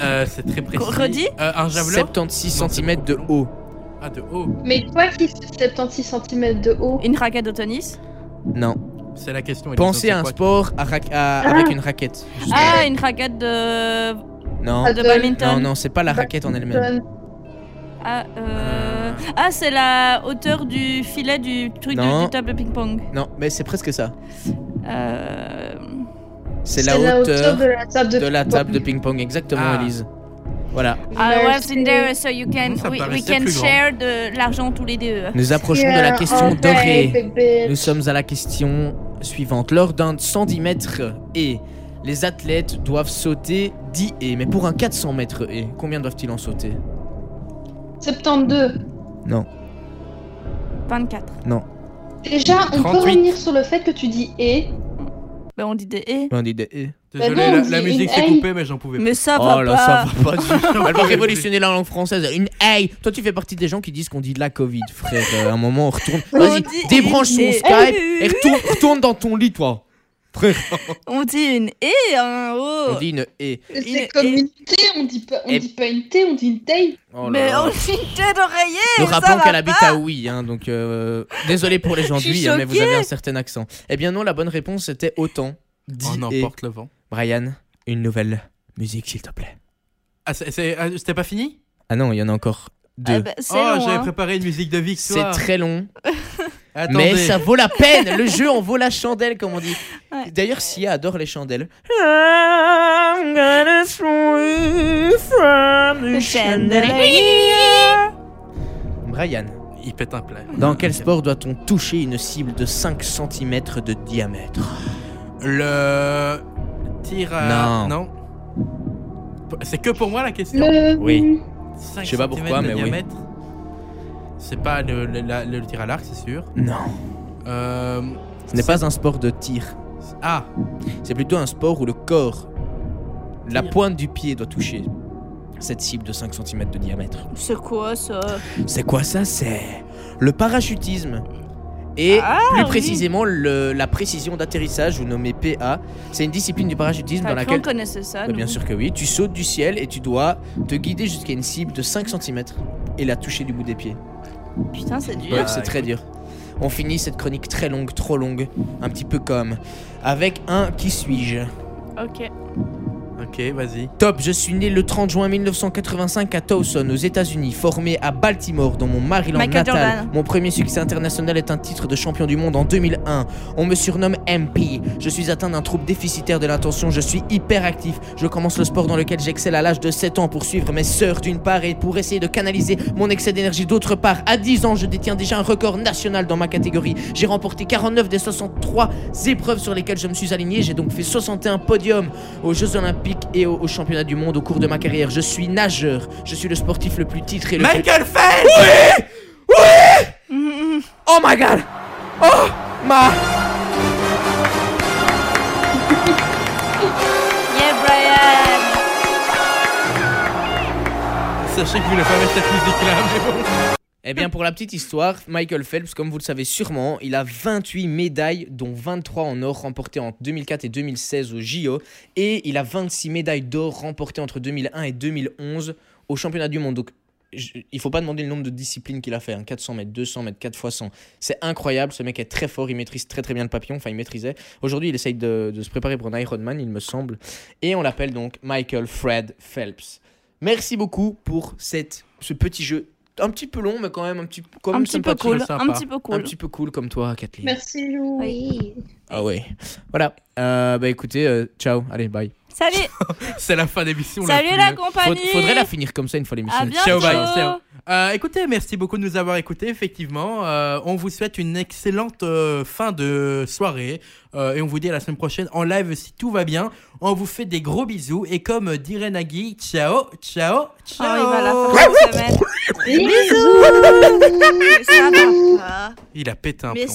A: Euh, c'est très précis.
C: Redis
A: Euh, Un javelot
B: 76
A: Non, c'est
B: cm de
A: beaucoup
B: haut.
A: Ah, de haut.
D: Mais quoi qui fait 76 cm de haut
C: Une raquette de tennis.
B: Non.
A: C'est la question. Elisa,
B: Pensez
A: c'est
B: à un
A: quoi
B: sport à ra- à- avec une raquette.
C: Ah, une raquette de.
B: Non.
C: de badminton.
B: Non, non, c'est pas la raquette en elle-même.
D: Euh,
C: Ah, euh...
A: Euh.
C: ah c'est la hauteur du filet du truc du-
B: Non.
C: du table de ping-pong.
B: Non, mais c'est presque ça.
C: Euh...
B: C'est la, hauteur
D: de la table de,
B: de la table de
D: ping-pong.
B: ping-pong, exactement,
A: Ah.
B: Elise. Voilà.
C: I
D: Merci.
C: was in there, so you can
A: Ça me
C: we, we
A: paraissait
C: can
A: plus grand.
C: share de l'argent tous les deux.
B: Nous approchons de la question
D: Yeah,
B: dorée.
D: alright, baby.
B: Nous sommes à la question suivante. Lors d'un 110 mètres et les athlètes doivent sauter 10 et. Mais pour un 400 mètres et, combien doivent-ils en sauter
D: 72.
C: 24.
D: Déjà, on peut
A: 38.
D: revenir sur le fait que tu dis et.
C: Ben on dit des et.
B: On dit des et.
A: Désolé,
D: Bah non,
A: la,
D: on
A: la
D: dit
A: musique
D: une
A: s'est
D: haie.
A: coupée, mais j'en pouvais
C: Mais ça
B: Oh
C: va
B: là,
C: pas.
B: ça va pas.
A: plus.
B: Elle va révolutionner la langue française. Une hey Toi, tu fais partie des gens qui disent qu'on dit la Covid, frère. Euh, À un moment, on retourne.
C: On
B: Vas-y,
C: dit une
B: débranche ton
C: et-
B: Skype et retourne, retourne dans ton lit, toi. Frère.
C: On dit une et hein, oh.
B: On dit une E. et.
C: Une-
D: C'est comme
C: et-
D: une T, on dit pas, on
B: Et-
D: dit pas une T, on dit une taille.
B: Oh là
C: Mais
B: là.
C: on dit une tête d'oreiller.
B: Nous
C: ça
B: rappelons
C: va
B: qu'elle habite
C: pas.
B: à Oui, hein, donc euh, désolé pour les gens
C: Je suis
B: d'Ouï, hein, mais vous
C: choquée.
B: avez un certain accent. Eh bien non, la bonne réponse c'était autant. Dis E.
A: On
B: et
A: emporte le vent.
B: Brian, Oh, une nouvelle musique s'il te plaît.
A: Ah, c'est- c'est- ah, c'était pas fini
B: Ah non, il y en a encore deux.
C: Ah ben, c'est
A: Oh,
C: long,
A: j'avais
C: hein.
A: préparé une musique de
B: C'est
A: victoire.
B: très long,
A: Attendez.
B: mais ça vaut la peine. Le jeu en vaut la chandelle, comme on dit.
C: Ouais.
B: D'ailleurs, Sia adore les chandelles.
C: Le chandelier.
B: Brian,
A: Il pète un plat.
B: dans quel sport doit-on toucher une cible de 5 cm de diamètre
A: Le tir à...
B: Non.
A: C'est que pour moi la question.
D: Le...
B: Oui.
A: 5
B: Je sais pas pourquoi,
A: centimètres de
B: mais oui.
A: diamètre. C'est pas le, le- la- le tir à l'arc, c'est sûr.
B: Non.
A: Euh,
B: Ce n'est pas un sport de tir.
A: Ah,
B: C'est plutôt un sport où le corps, la
A: Tir.
B: pointe du pied doit toucher cette cible de 5 cm de diamètre.
C: C'est quoi ça
B: C'est quoi ça C'est le parachutisme. Et
C: Ah,
B: plus
C: oui.
B: précisément, le- la précision d'atterrissage, ou nommée PA, c'est une discipline du parachutisme
C: T'as
B: dans
C: cru
B: laquelle...
C: On connaissait ça.
B: Bah, bien
C: nous.
B: sûr que oui, tu sautes du ciel et tu dois te guider jusqu'à une cible de 5 cm et la toucher du bout des pieds.
C: Putain, c'est dur.
B: Ouais,
A: Bah,
B: c'est très dur. On finit cette chronique très longue, trop longue, un petit peu comme, avec un qui suis-je
C: Ok.
A: Ok, vas-y.
B: Top, je suis né le 30 juin 1985 à Towson, aux États-Unis, formé à Baltimore, dans mon Maryland
C: Michael
B: natal.
C: Jordan.
B: Mon premier succès international est un titre de champion du monde en 2001. On me surnomme MP. Je suis atteint d'un trouble déficitaire de l'attention, je suis hyperactif. Je commence le sport dans lequel j'excelle à l'âge de 7 ans pour suivre mes sœurs d'une part et pour essayer de canaliser mon excès d'énergie d'autre part. À 10 ans, je détiens déjà un record national dans ma catégorie. J'ai remporté 49 des 63 épreuves sur lesquelles je me suis aligné. J'ai donc fait 61 podiums aux Jeux Olympiques et aux, aux Championnats du Monde au cours de ma carrière. Je suis nageur. Je suis le sportif le plus titré. Le plus-
A: Michael Phelps
C: Mhm.
B: Oh my god Oh ma
C: Yeah, Brian
A: Sachez que vous voulez pas mettre cette musique-là, mais bon.
B: Eh bien, pour la petite histoire, Michael Phelps, comme vous le savez sûrement, il a 28 médailles, dont 23 en or remportées en 2004 et 2016 aux JO, et il a 26 médailles d'or remportées entre 2001 et 2011 aux championnats du monde. Donc, je- il faut pas demander le nombre de disciplines qu'il a fait, hein, 400 mètres, 200 mètres, 4 x 100. C'est incroyable, ce mec est très fort, il maîtrise très très bien le papillon, enfin il maîtrisait. Aujourd'hui, il essaye de, de se préparer pour un Ironman, il me semble, et on l'appelle donc Michael Fred Phelps. Merci beaucoup pour cette, ce petit jeu un petit peu long, mais quand même un petit, quand
C: Un
B: même
C: petit peu
B: sympathique.
C: cool,
A: sympa.
C: un petit peu
B: Un
C: cool.
B: petit peu cool comme toi, Kathleen.
D: Merci Lou.
C: Oui.
B: Ah ouais. Voilà. Euh, bah écoutez, euh, ciao. Allez, bye.
C: Salut,
A: C'est la fin d'émission. la
C: salut
A: plus- hein.
C: la
B: Faut-
C: compagnie Ah,
B: faudrait la finir comme ça une fois l'émission.
C: À
A: Ciao,
C: bientôt
A: bye. Ciao. Euh, écoutez, merci beaucoup de nous avoir écoutés, effectivement. Euh, on vous souhaite une excellente euh, fin de soirée euh, et on vous dit à la semaine prochaine en live si tout va bien. On vous fait des gros bisous et comme dirait Nagui, ciao, ciao,
C: Oh,
A: ciao.
C: il va la faire cette semaine.
D: Bisous.
C: Mais ça va pas.
A: Il a pété un
C: Mais
A: plomb.